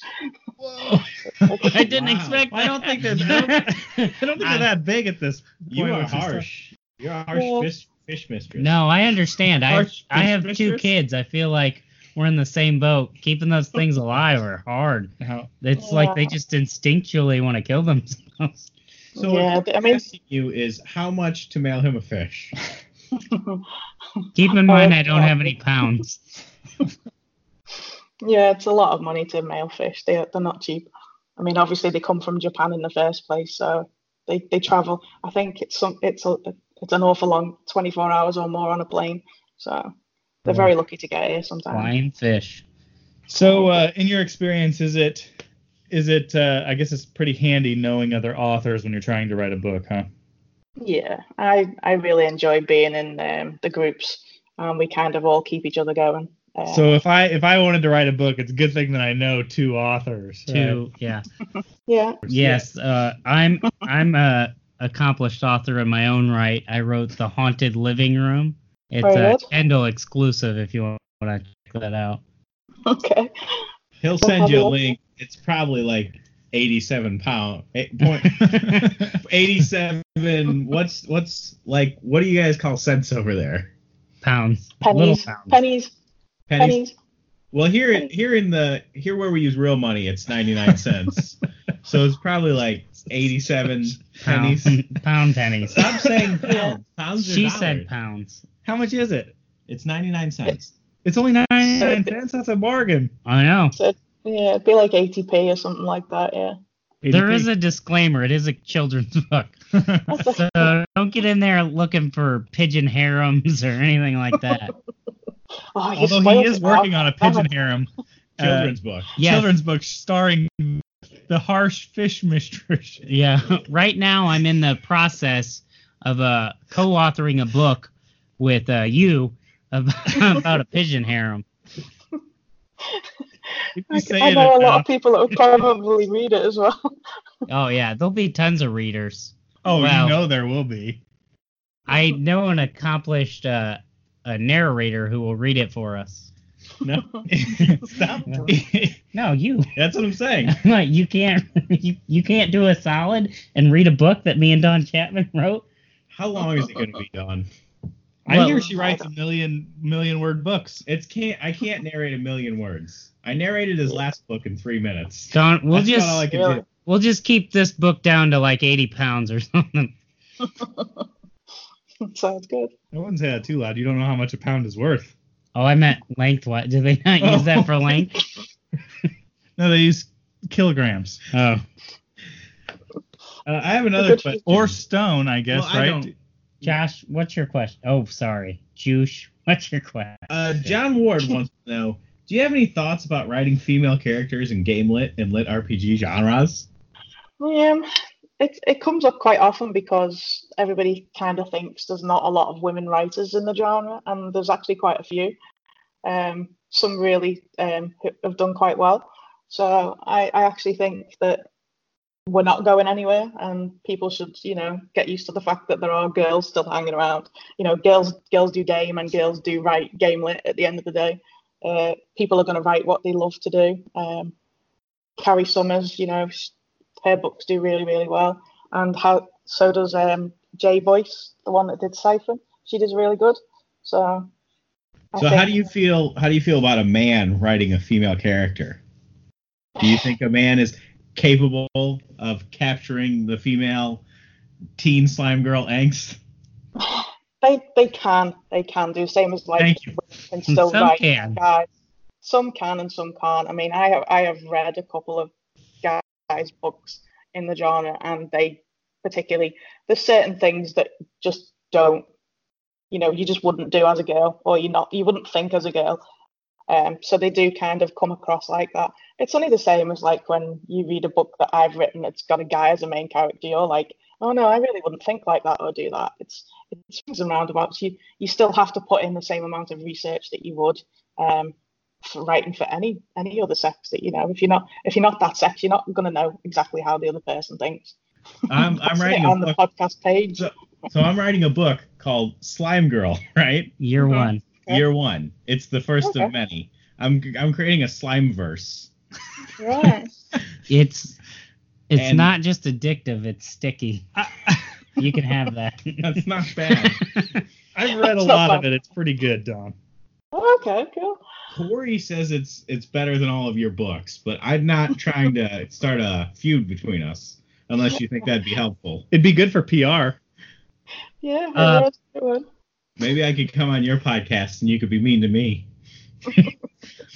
S4: Whoa.
S3: I didn't
S6: Wow.
S3: expect.
S4: I don't think they're
S3: that.
S4: I don't think
S6: I-
S4: they're that big at this.
S6: You
S4: point,
S6: are
S4: which is
S6: harsh. You're a harsh
S5: Well-
S6: fish, fish mistress.
S3: no, I understand. I
S4: Arch-
S3: I have two
S4: mistress?
S3: kids. I feel like we're in the same boat. Keeping those things alive are hard.
S4: tough. How-
S3: It's like they
S5: Yeah.
S3: just instinctually want to kill themselves.
S6: So what
S5: Yeah,
S6: I'm
S5: but I mean-
S6: asking you is how much to mail him a fish.
S3: Keep in mind, I don't
S5: yeah.
S3: have any pounds.
S5: yeah, it's a lot of money to mail fish. They, they're not cheap. I mean, obviously they come from Japan in the first place, so they, they travel. I think it's some it's a, it's an awful long 24 hours or more on a plane. So they're very lucky to get here sometimes.
S3: Flying fish.
S4: So, uh, in your experience, is it is it? Uh, I guess it's pretty handy knowing other authors when you're trying to write a book, huh?
S5: Yeah, I, I really enjoy being in um, the groups, and we kind of all keep each other going. Um,
S4: So if I if I wanted to write a book, it's a good thing that I know two authors. right?
S3: Two, yeah.
S5: yeah,
S3: Yes, uh, I'm I'm a accomplished author in my own right. I wrote the Haunted Living Room. It's
S5: Very
S3: a
S5: good.
S3: Kendall exclusive. If you want to check that out.
S5: okay,
S6: He'll send you a link. It's probably like 87 pound. Eight point, 87. What's what's like? What do you guys call cents over there?
S3: Pounds, little
S5: pennies,
S3: pounds.
S5: pennies,
S6: Pennies.
S5: pennies.
S6: Well, here here in the here where we use real money, it's 99 cents. so it's probably like 87
S3: Pound,
S6: pennies.
S3: pound pennies.
S6: Stop saying pounds. Pounds are
S3: She
S6: dollars.
S3: said pounds.
S4: How much is it?
S6: It's 99 cents.
S4: It's only ninety nine cents. That's a bargain.
S3: I know.
S5: So yeah, it'd be like ATP or something like that. Yeah,
S3: There is a disclaimer. It is a children's book, so don't get in there looking for pigeon harems or anything like that.
S5: oh, you
S4: Although he
S5: spoiled
S4: is
S5: it
S4: working
S5: now.
S4: on a
S5: Now
S4: pigeon harem, uh,
S6: Children's book.
S3: Yes.
S4: children's book starring the harsh fish mistress.
S3: Yeah. Right now, I'm in the process of uh, co-authoring a book with uh, you about, about a pigeon harem.
S4: If you
S5: I,
S4: say
S5: I
S4: it
S5: know a lot
S4: enough-
S5: of people that would probably read it as well.
S3: Oh yeah, there'll be tons of readers.
S4: oh,
S3: Wow.
S4: you know there will be.
S3: I know an accomplished uh, a narrator who will read it for us.
S6: No. Stop.
S3: No, you.
S6: That's what I'm saying.
S3: Like you can't you, you can't do a solid and read a book that me and Don Chapman wrote.
S6: How long is it going to be done?
S4: I
S3: Well-
S4: hear she writes a million million word books.
S6: It's can't. I can't narrate a million words. I narrated his last book in three minutes.
S3: Don, we'll
S6: That's
S3: just
S6: about all I can
S5: Really?
S6: do.
S3: we'll just keep this book down to like 80 pounds or something.
S5: Sounds good.
S4: I wouldn't
S6: uh,
S4: say that too loud. You don't know how much a pound is worth.
S3: Oh, I meant lengthwise. Do they not use that for length?
S4: No, they use kilograms
S3: Oh.
S6: Uh, I have another
S5: Good
S6: question.
S4: or stone, I guess.
S6: Well, I
S4: right?
S6: don't-
S3: Josh, what's your question? Oh, sorry. Juice, what's your question?
S6: Uh, John Ward wants to know: Do you have any thoughts about writing female characters in game lit and lit RPG genres?
S5: Um, it it comes up quite often because everybody kind of thinks there's not a lot of women writers in the genre, and there's actually quite a few. Um, some really um who have done quite well. So I I actually think that we're not going anywhere, and people should you know get used to the fact that there are girls still hanging around. You know, girls girls do game and girls do write game lit. At the end of the day, uh, people are going to write what they love to do. Um, Carrie Summers, you know, sh- her books do really, really well. And how so does um, Jay Boyce, the one that did Cypher. She does really good. So, I
S6: So how
S5: think-
S6: do you feel? How do you feel about a man writing a female character? Do you think a man is capable of capturing the female teen slime girl angst?
S5: They they can they can do same as like
S4: Thank you.
S5: and still
S3: Some
S5: write
S3: can.
S5: guys. Some can and some can't. I mean, I have I have read a couple of guys' books in the genre, and they particularly there's certain things that just don't, you know, you just wouldn't do as a girl, or you not you wouldn't think as a girl. Um, so they do kind of come across like that. It's only the same as like when you read a book that I've written that's got a guy as a main character. You're like, oh no, I really wouldn't think like that or do that. It's it swings and roundabouts. You you still have to put in the same amount of research that you would um, for writing for any any other sex. That you know, if you're not if you're not that sex, you're not going to know exactly how the other person thinks.
S6: I'm, I'm
S5: That's it
S6: writing a
S5: on the
S6: book.
S5: podcast page.
S6: So- So I'm writing a book called Slime Girl, right?
S3: Year
S5: Mhm.
S3: one.
S5: Okay.
S6: Year one. It's the first
S5: Okay.
S6: of many. I'm I'm creating a slime verse.
S5: Right.
S3: It's it's
S6: And-
S3: not just addictive, it's sticky. You can have that.
S6: That's not bad.
S4: I've read a
S5: It's not
S4: lot of it.
S5: bad.
S4: It's pretty good, Dom.
S5: Oh, okay. Cool.
S6: Corey says it's it's better than all of your books, but I'm not trying to start a feud between us unless you think that'd be helpful.
S4: It'd be good for PR.
S5: Yeah.
S3: Uh,
S5: that's a good one.
S6: Maybe I could come on your podcast and you could be mean to me.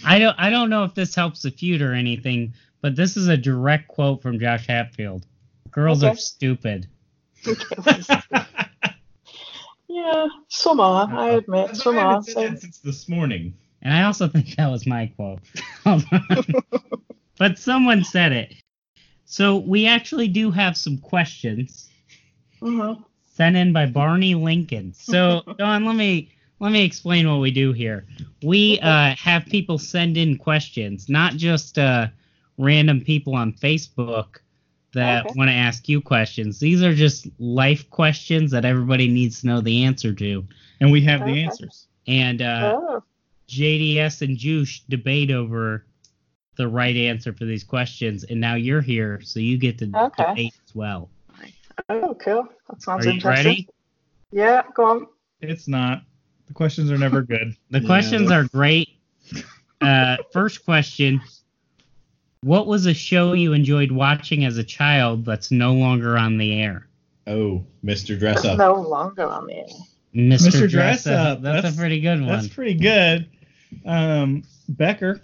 S3: I don't I don't know if this helps the feud or anything, but this is a direct quote from Josh Hatfield. Girls
S5: Okay.
S3: are stupid.
S5: yeah. Some are. I admit.
S6: That's
S5: Some
S6: why I
S5: are.
S6: haven't said
S5: So,
S6: that since this morning.
S3: And I also think that was my quote. Hold on. but someone said it. So we actually do have some questions
S5: mhm.
S3: sent in by Barney Lincoln. So Don, let me let me explain what we do here. We uh, have people send in questions, not just uh, random people on Facebook that
S5: Okay.
S3: want to ask you questions. These are just life questions that everybody needs to know the answer to.
S4: And we have
S5: Okay.
S4: the answers.
S3: And uh,
S5: Oh,
S3: JDS and Juice debate over the right answer for these questions, and now you're here, so you get to
S5: Okay.
S3: debate as well.
S5: oh, cool. That sounds
S3: are you
S5: interesting.
S3: ready?
S5: Yeah. Go on.
S4: It's not. The questions are never good.
S3: The
S6: Yeah.
S3: questions are great. Uh, first question What was a show you enjoyed watching as a child that's no longer on the air?
S6: Oh, Mr. Dress
S5: It's
S6: Up.
S5: no longer on the air.
S3: Mr.
S4: Dress
S3: Dress
S4: Up.
S3: Up. That's,
S4: That's-
S3: a pretty good
S4: That's
S3: one.
S4: pretty good. Um, Becker.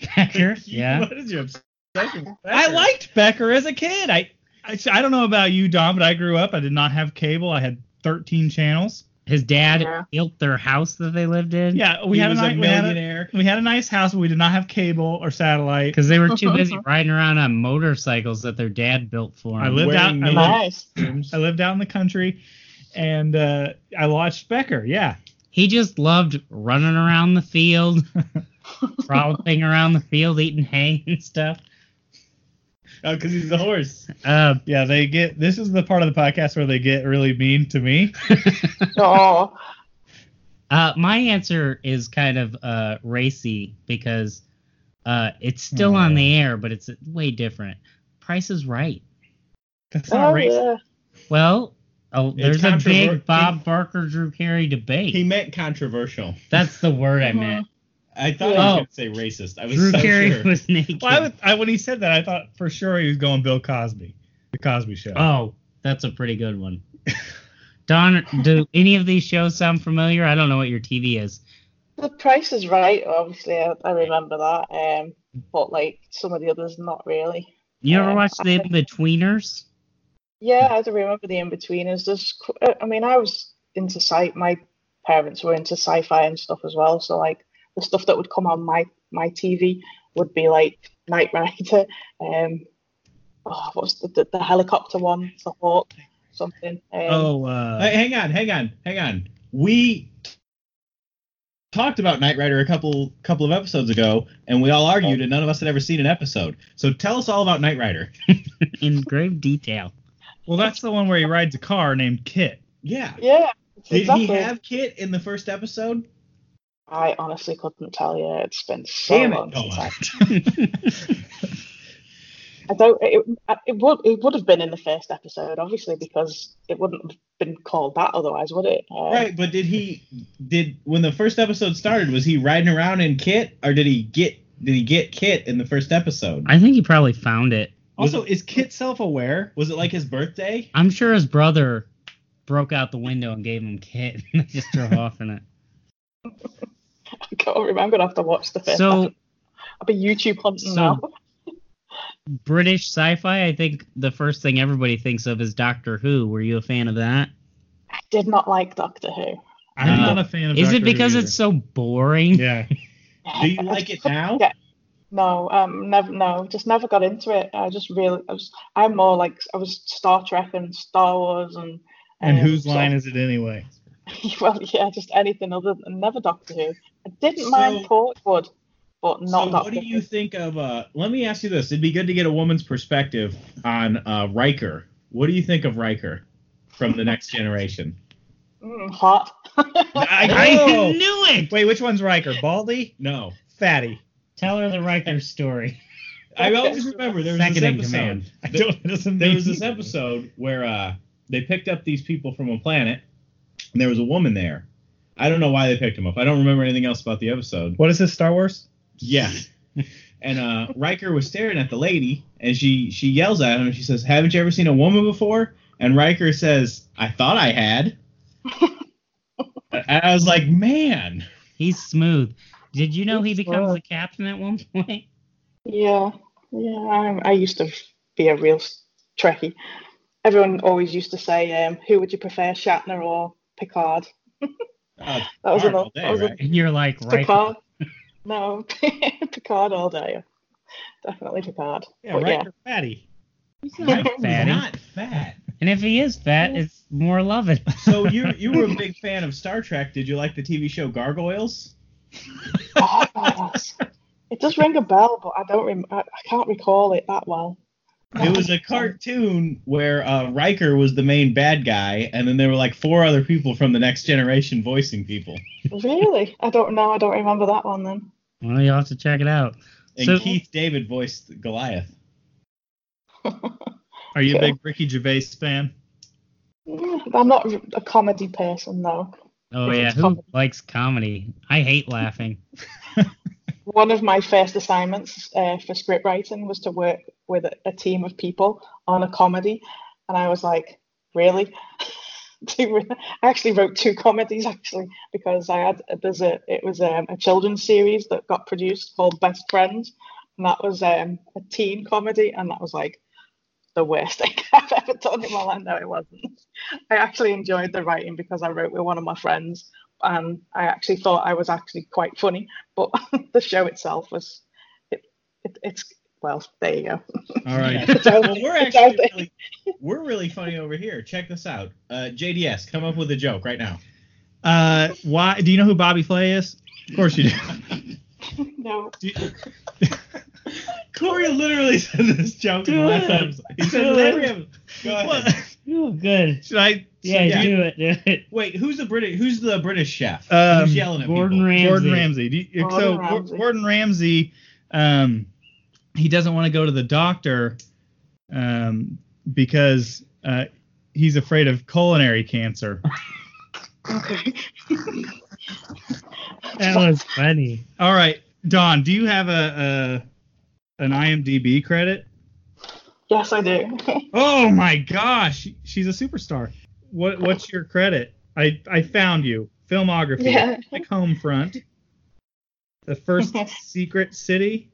S3: Becker. Yeah.
S6: What is your obsession? with
S4: I
S6: Becker?
S4: liked Becker as a kid. I, I I don't know about you, Dom, but I grew up. I did not have cable. I had 13 channels.
S3: His dad
S5: Yeah.
S3: built their house that they lived in.
S4: Yeah, we
S6: He
S4: had
S6: was
S4: a, ni-
S6: a
S4: we had a-
S6: millionaire.
S4: We had a nice house, but we did not have cable or satellite.
S3: Because they were too busy riding around on motorcycles that their dad built for them.
S4: I lived out. I
S6: Wearing
S4: lived-
S5: Nice.
S4: I lived out in the country, and uh, I watched Becker. Yeah,
S3: He just loved running around the field, frolicking around the field, eating hay and stuff.
S6: Oh, because he's a horse.
S3: Uh,
S4: yeah. They get this is the part of the podcast where they get really mean to me.
S5: Oh.
S3: Uh, my answer is kind of uh, racy because uh, it's still on the air, but it's way different. Price is right.
S4: That's not
S5: Oh,
S4: race.
S5: yeah.
S3: Well, oh,
S6: It's
S3: there's a
S6: controver-
S3: big Bob Barker Drew Carey debate.
S6: He meant controversial.
S3: That's the word I meant.
S6: I
S3: Oh.
S6: thought he was going to say racist. I was
S3: Drew
S6: so
S3: Carey
S6: sure.
S3: was naked.
S4: Well, I, would, I when he said that, I thought for sure he was going Bill Cosby, the Cosby Show.
S3: Oh, that's a pretty good one. Don, do any of these shows sound familiar? I don't know what your TV is.
S5: The Price is Right, obviously. I, I remember that. Um, but like some of the others, not really.
S3: You ever
S5: Uh,
S3: watch The
S5: I-
S3: Betweeners?
S5: Yeah, I do remember the In Betweeners. There's, qu- uh, I mean, I was into sci. My parents were into sci-fi and stuff as well. So like the stuff that would come on my my TV would be like Knight Rider. Um, oh, what was the, the, the helicopter one? The Hawk, something. Um,
S4: Oh, uh,
S6: Hey, hang on, hang on, hang on. We talked about Knight Rider a couple couple of episodes ago, and we all argued, and none of us had ever seen an episode. So tell us all about Knight Rider.
S3: In grave detail.
S4: well, that's the one where he rides a car named Kit.
S6: Yeah.
S5: yeah,
S6: Did
S5: exactly.
S6: he have Kit in the first episode?
S5: I honestly couldn't tell you. It's been so
S6: Damn
S5: long
S6: it,
S5: since I.
S6: Noah. Oh,
S5: I don't. It, it would. It would have been in the first episode, obviously, because it wouldn't have been called that otherwise, would it? Um,
S6: Right, but did he did when the first episode started? Was he riding around in Kit, or did he get did he get Kit in the first episode?
S3: I think he probably found it.
S4: Also, is Kit self-aware?
S6: Was it like his birthday?
S3: I'm sure his brother broke out the window and gave him kit. and they just drove off in it.
S5: I can't remember. I'm gonna have to watch the film.
S3: So
S5: I'll be YouTube hunting
S3: so-
S5: now.
S3: British sci-fi, I think the first thing everybody thinks of is Doctor Who. Were you a fan of that?
S5: I did not like Doctor Who.
S4: I'm
S3: Uh,
S4: not a fan of.
S3: Is
S4: Doctor
S3: it
S4: Who
S3: because
S4: either.
S3: it's so boring?
S4: Yeah.
S6: Do you like it now?
S5: Yeah. No, um, never. No, just never got into it. I just really, I was. I'm more like I was Star Trek and Star Wars and.
S4: And
S5: um,
S4: whose
S5: so-
S4: line is it anyway?
S5: Well, yeah, just anything other than never Doctor Who. I didn't
S6: So-
S5: mind Portwood, but not
S6: so
S5: Doctor
S6: what do
S5: Who.
S6: you think of uh let me ask you this it'd be good to get a woman's perspective on uh riker what do you think of riker from the next generation
S5: Mm, hot.
S6: I,
S3: I
S6: oh!
S3: knew it.
S7: Wait, which one's Riker? Baldy?
S6: no
S7: Fatty?
S3: Tell her the Riker story.
S6: i always remember there was
S3: Second in
S6: this episode
S3: command.
S7: I don't. It doesn't
S6: there
S7: mean-
S6: was this episode where uh they picked up these people from a planet and there was a woman there i don't know why they picked him up i don't remember anything else about the episode
S7: What is this? Star Wars?
S6: Yeah. And uh, Riker was staring at the lady, and she she yells at him, and she says, "Haven't you ever seen a woman before?" And Riker says, "I thought I had." and I was like, "Man,
S3: He's smooth. Did you know he
S5: He's
S3: becomes
S5: smart.
S3: the captain at one point?
S5: Yeah, yeah. I, I used to be a real s- Trekkie. Everyone always used to say, um, "Who would you prefer, Shatner or Picard?"
S6: uh,
S5: That was
S6: Picard
S5: another.
S6: all day,
S5: that was a-
S6: right?
S3: And you're like, Riker.
S5: Picard. No, Picard all day. Definitely Picard.
S7: Yeah,
S5: But
S7: Riker.
S5: yeah.
S7: Fatty.
S6: He's
S3: not fatty.
S6: not fat."
S3: And if he is fat, it's more loving.
S6: So you you were a big fan of Star Trek. Did you like the TV show Gargoyles?
S5: Gargoyles. it does ring a bell, but I don't. Rem- I, I can't recall it that well.
S6: It was a cartoon where uh, Riker was the main bad guy, and then there were like four other people from the Next Generation voicing people.
S5: Really? I don't know. I don't remember that one then.
S3: Well, you'll have to check it out.
S6: And
S3: So-
S6: Keith David voiced Goliath.
S4: Are you a
S5: Okay.
S4: big Ricky Gervais fan?
S5: Mm, I'm not a comedy person though.
S3: Oh yeah, who likes comedy? I hate laughing.
S5: One of my first assignments uh, for script writing was to work with a, a team of people on a comedy, and I was like, really? Two- I actually wrote two comedies actually because I had there's a it was um, a children's series that got produced called Best Friends, and that was um, a teen comedy, and that was like the worst thing I've ever done in my life. No, it wasn't. I actually enjoyed the writing because I wrote with one of my friends, and I actually thought I was actually quite funny. But the show itself was, it, it, it's well, there you go.
S4: All right.
S5: It's out
S6: well, we're
S5: there. It's out
S6: actually
S5: there.
S6: really, we're really funny over here. Check this out. Uh, JDS, come up with a joke right now.
S4: Uh, why? Do you know who Bobby Flay is? Of course you do.
S5: No,
S6: Corey literally said this joke in the last episode. He said it in every episode. Go
S4: What?
S6: ahead.
S3: Oh, good.
S4: Should I?
S3: Yeah,
S6: Yeah.
S3: do it, do it.
S6: Wait, who's the British? Who's the British chef?
S4: Um,
S6: who's yelling at
S3: Gordon
S6: people?
S3: Ramsay.
S4: Gordon Ramsay. Do you,
S5: Gordon
S4: so Gor-
S5: Ramsay.
S4: Gordon Ramsay, um, he doesn't want to go to the doctor um, because uh, he's afraid of culinary cancer.
S5: okay.
S3: That was funny.
S4: All right, Don, do you have a, a an IMDb credit?
S5: Yes, I do.
S4: Oh my gosh, she's a superstar.
S5: Oh.
S4: What what's your credit? I I found you. Filmography.
S5: Yeah.
S4: Like Homefront. The first secret city.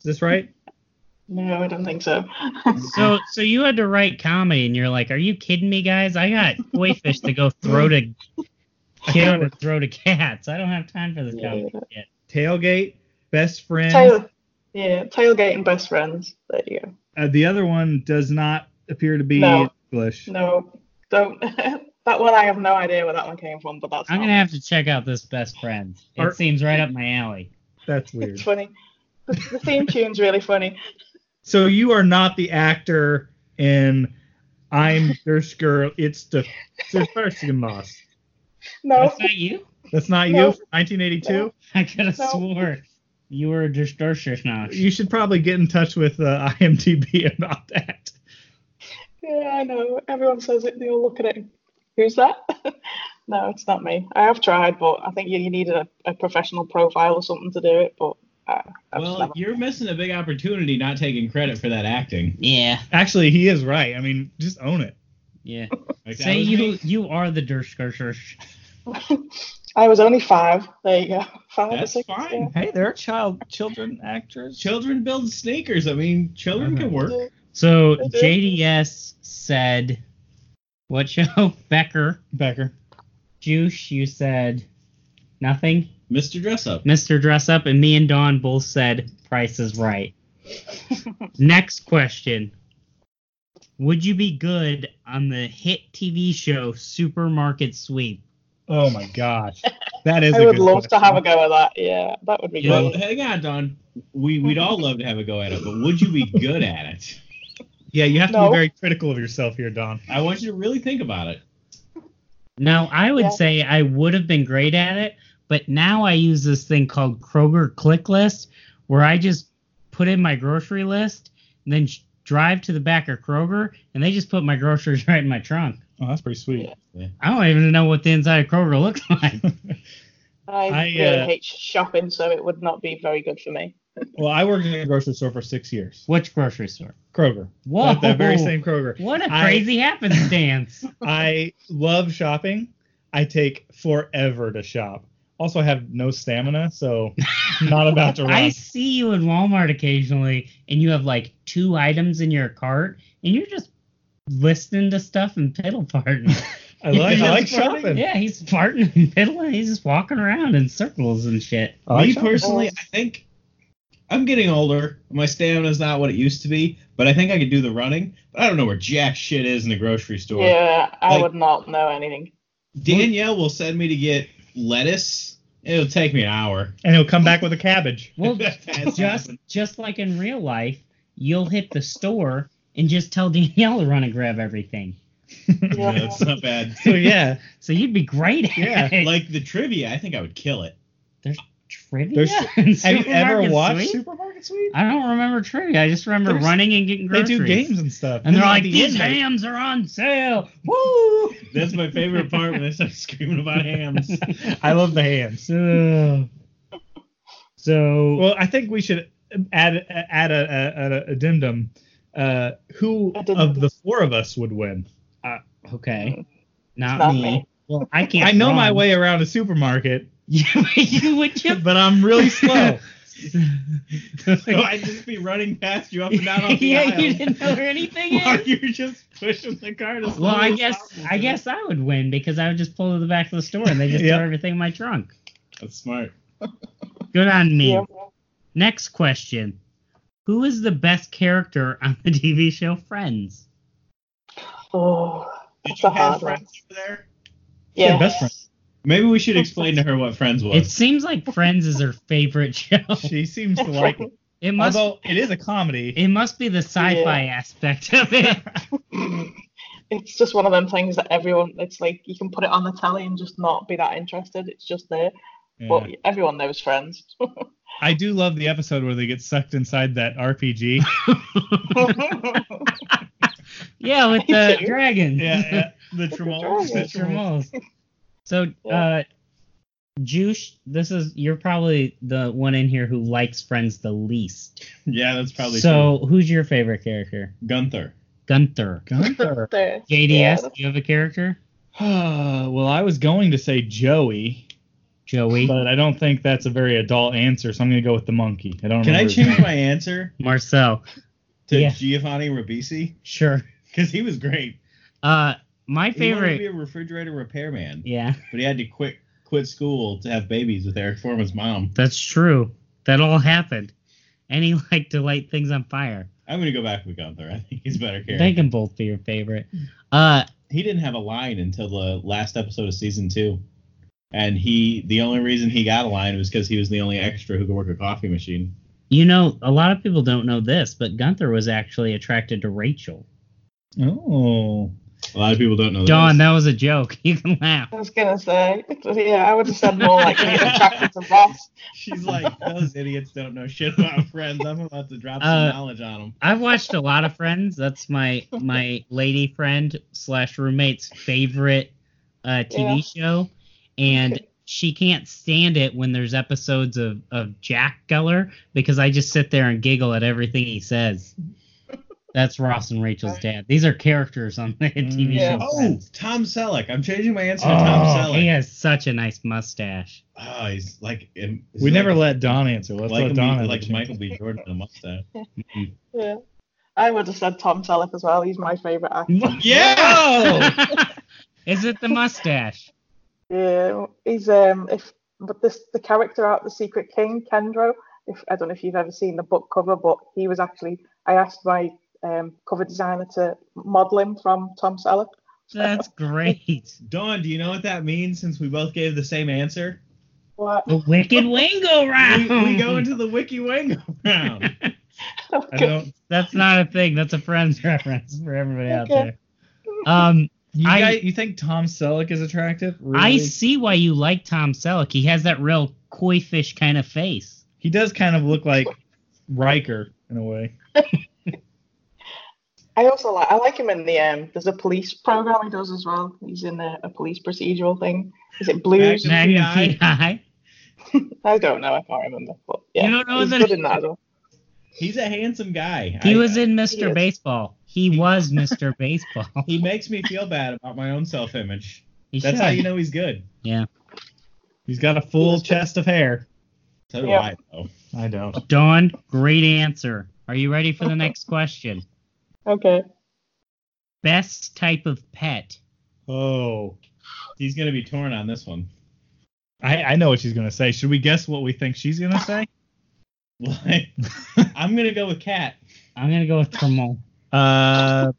S4: Is this right?
S5: no, I don't think so.
S3: So, so you had to write comedy, and you're like, "Are you kidding me, guys? I got koi fish to go throw to kill or throw to cats. I don't have time for this comedy shit."
S4: Tailgate, Best Friends.
S5: Tail, yeah, tailgate and best friends. There you go.
S4: Uh, the other one does not appear to be
S5: No.
S4: English.
S5: No, don't. that one, I have no idea where that one came from, but that's.
S3: I'm
S5: not-
S3: gonna have to check out this best friend. It
S4: Are-
S3: seems right up my alley.
S4: That's weird.
S5: It's funny. The, the theme tune's really funny.
S4: So you are not the actor in I'm There's Girl. It's the There's Person Moss.
S5: No,
S3: That's not you.
S4: That's not you.
S5: No.
S4: 1982.
S5: No.
S3: I could have
S5: No.
S3: swore you were a distortionist.
S4: You should probably get in touch with uh, IMDb about that.
S5: yeah, I know. Everyone says it. They all look at it. Who's that? no, it's not me. I have tried, but I think you, you need a, a professional profile or something to do it. But uh, I've just
S6: Well,
S5: never-
S6: you're missing a big opportunity not taking credit for that acting.
S3: Yeah,
S4: Actually, he is right. I mean, just own it.
S3: Yeah.
S6: Like, that
S3: Say
S6: was
S3: you
S6: me.
S3: you are the Dershkircher.
S5: I was only five. There you go. Five or
S6: That's
S5: six.
S6: fine.
S4: Hey, there are child children actors.
S6: Children build sneakers. I mean, children can work.
S5: yeah.
S3: So
S5: Okay.
S3: JDS said, "What show, Becker?
S4: Becker.
S3: Juice? You said nothing.
S6: Mr. Dress Up.
S3: Mister Dress Up and me and Don both said Price is Right. Next question: Would you be good on the hit TV show Supermarket Sweep?
S4: Oh my gosh, that is.
S5: I
S4: a
S5: would
S4: good
S5: love to
S4: question.
S5: have a go at that. Yeah, that would be
S3: Yeah.
S5: great.
S6: Well, hang on, Don. We we'd all love to have a go at it, but would you be good at it?
S4: Yeah, you have to
S5: No.
S4: be very critical of yourself here, Don.
S6: I want you to really think about it.
S3: Now, I would
S5: Yeah.
S3: say I would have been great at it, but now I use this thing called Kroger Click List, where I just put in my grocery list and then sh- drive to the back of Kroger, and they just put my groceries right in my trunk.
S4: Oh, that's pretty sweet.
S3: I don't even know what the inside of Kroger looks like.
S5: I,
S4: I,
S5: really
S4: uh,
S5: hate shopping, so it would not be very good for me.
S4: Well, I worked in a grocery store for six years.
S3: Which grocery store?
S4: Kroger.
S3: Whoa.
S4: That- that very same Kroger.
S3: What a
S4: I-
S3: crazy happenstance.
S4: I love shopping. I take forever to shop. Also, I have no stamina, so not about to run.
S3: I see you in Walmart occasionally, and you have like two items in your cart, and you're just listening to stuff and piddle farting.
S4: I like, I like
S3: He's farting.
S4: shopping.
S3: Yeah, he's farting and piddling. He's just walking around in circles and shit.
S4: Oh, I like
S6: Me
S4: shopping.
S6: personally, I think I'm getting older. My stamina's not what it used to be, but I think I could do the running. But I don't know where jack shit is in the grocery store.
S5: Yeah, I
S6: Like-
S5: would not know anything.
S6: Danielle will send me to get lettuce. It'll take me an hour.
S4: And he'll come back with a cabbage.
S3: Well,
S6: That's
S3: just just like in real life, you'll hit the store and just tell Danielle to run and grab everything.
S5: Yeah.
S6: No, it's not bad.
S4: So yeah,
S3: So you'd be great at
S4: Yeah,
S3: it.
S6: Like the trivia, I think I would kill it.
S3: trivia.
S4: there's- have you ever
S3: Supermarket
S4: watched
S3: Sweep?
S4: Supermarket Sweep?
S3: I don't remember trivia. I just remember
S4: There's-
S3: running and getting
S4: They
S3: groceries.
S4: do games and stuff.
S3: And they're like,
S4: the
S3: these
S4: end,
S3: hams are on sale. Woo!
S6: That's my favorite part when I start screaming about hams.
S4: I love the hands.
S3: So, so
S4: Well, I think we should add add a, a, a- a addendum. Uh, who
S5: Addendum.
S4: of the four of us would win?
S3: okay, not,
S5: Mm. not
S3: me.
S5: me.
S3: Well, I can't.
S4: I know my
S3: run.
S4: way around a supermarket,
S3: Yeah, you would you?
S4: but I'm really slow.
S6: So I'd just be running past you up and down on the
S3: yeah,
S6: aisle.
S3: you didn't know where anything
S6: while
S3: is.
S6: you're just pushing the cart. as
S3: Well,
S6: slow
S3: I
S6: as
S3: guess
S6: possible.
S3: I guess I would win because I would just pull to the back of the store and they just
S4: Yeah.
S3: throw everything in my trunk.
S6: that's smart.
S3: Good on me.
S5: Yeah.
S3: Next question: Who is the best character on the TV show Friends?
S5: Oh,
S6: Did
S5: that's
S6: you
S5: a
S6: have
S5: hard one.
S6: friends over there?
S5: Yeah,
S4: Yeah, best friend.
S6: Maybe we should explain to her what Friends was.
S3: It seems like Friends is her favorite show.
S4: She seems to like it.
S3: It must
S4: Although it is a comedy.
S3: it must be the sci-fi aspect of it.
S5: it's just one of them things that everyone. It's like you can put it on the telly and just not be that interested. It's just there. But
S4: Yeah.
S5: everyone knows Friends.
S4: I do love the episode where they get sucked inside that RPG.
S3: yeah, with
S5: Are you
S3: the
S5: serious?
S3: dragons.
S4: yeah, yeah, the Tremors.
S5: Tremors.
S4: The Tremors.
S3: So, uh,
S5: Yeah.
S3: Juice, this is you're probably the one in here who likes Friends the least.
S6: yeah, that's probably
S3: so, who's your favorite character?
S6: true. Gunther.
S3: Gunther.
S4: Gunther.
S5: There.
S3: JDS,
S5: Yeah,
S3: do
S5: that's-
S3: you have a character?
S4: well, I was going to say Joey,
S3: Joey,
S4: but I don't think that's a very adult answer, so I'm going to go with the monkey. I don't
S6: Can
S4: remember
S6: I
S4: his
S6: change
S4: name.
S6: my answer
S3: Marcel.
S6: to
S3: Yeah.
S6: Giovanni Ribisi?
S3: Sure.
S6: Because he was great.
S3: Uh, my
S6: He wanted to be
S3: favorite.
S6: a refrigerator repairman,
S3: Yeah,
S6: but he had to quit quit school to have babies with Eric Foreman's mom.
S3: that's true. That all happened, and he liked to light things on fire.
S6: I'm gonna go back with Gunther. I think he's a better character.
S3: They can both be your favorite. Uh,
S6: he didn't have a line until the last episode of season two. And he, the only reason he got a line was because he was the only extra who could work a coffee machine.
S3: you know, a lot of people don't know this, but Gunther was actually attracted to Rachel.
S4: Oh.
S6: A lot of people don't know.
S3: Don,
S6: this.
S3: that was a joke. You can laugh.
S5: I was gonna say, yeah, I would have said more like he's attracted to Ross.
S6: she's like, those idiots don't know shit about friends. I'm about to drop some
S3: Uh,
S6: knowledge on them.
S3: I've watched a lot of Friends. That's my my lady friend slash roommate's favorite uh, TV show, and she can't stand it when there's episodes of of Jack Geller because I just sit there and giggle at everything he says. That's Ross and Rachel's dad. These are characters on the TV
S5: Yeah.
S3: show.
S6: Oh,
S3: Friends.
S6: Tom Selleck. I'm changing my answer to Tom
S3: Mm. Oh,
S6: Selleck.
S3: he has such a nice mustache.
S6: Oh, he's like um,
S7: We
S6: he's
S7: never
S6: like,
S7: let Don answer. Let's
S6: like,
S7: let
S6: him-
S7: Don answer.
S6: like Michael B. Jordan in a mustache.
S5: Yeah. I would have said Tom Selleck as well. He's my favourite actor.
S6: Yeah.
S3: Is it the mustache?
S5: Yeah, he's um if but this the character out of the Secret King, Kendro. If I don't know if you've ever seen the book cover, but he was actually I asked my um, cover designer to model him from Tom Selleck.
S3: That's great.
S6: Dawn, do you know what that means? Since we both gave the same answer,
S5: What?
S3: The Wicked Wango
S6: we,
S3: round.
S6: we go into the Wiki Wango round.
S7: I don't.
S3: That's not a thing. That's a Friends reference for everybody out
S5: Okay.
S3: there. Um,
S7: You
S3: I-
S7: guys, you think Tom Selleck is attractive?
S3: I
S7: Really?
S3: see why you like Tom Selleck. He has that real koi fish kind of face.
S7: He does kind of look like Riker in a way.
S5: I also like I like him in the um. There's a police program he does as well. He's in a, a police procedural thing. Is it Blues?
S6: Magnum
S3: Magnum
S6: PI.
S3: PI.
S5: I don't know. I can't remember. But yeah,
S3: don't know
S5: he's
S3: that-
S5: good in that. as well.
S6: He's a handsome guy.
S3: He
S6: I-
S3: was in
S5: He
S3: Mr.
S5: is.
S3: Baseball. He was Mr. Baseball.
S6: He makes me feel bad about my own self-image.
S3: He
S6: That's
S3: should.
S6: how you know he's good.
S3: Yeah.
S7: He's got a full chest of hair.
S6: So do
S5: Yeah.
S6: I though.
S7: I don't.
S3: Dawn, great answer. Are you ready for the next question?
S5: Okay.
S3: Best type of pet.
S7: Oh,
S6: He's gonna be torn on this one.
S7: I, I know what she's gonna say. Should we guess what we think she's gonna say?
S6: Like, I'm gonna go with cat.
S3: I'm gonna go with Tremol.
S7: Uh,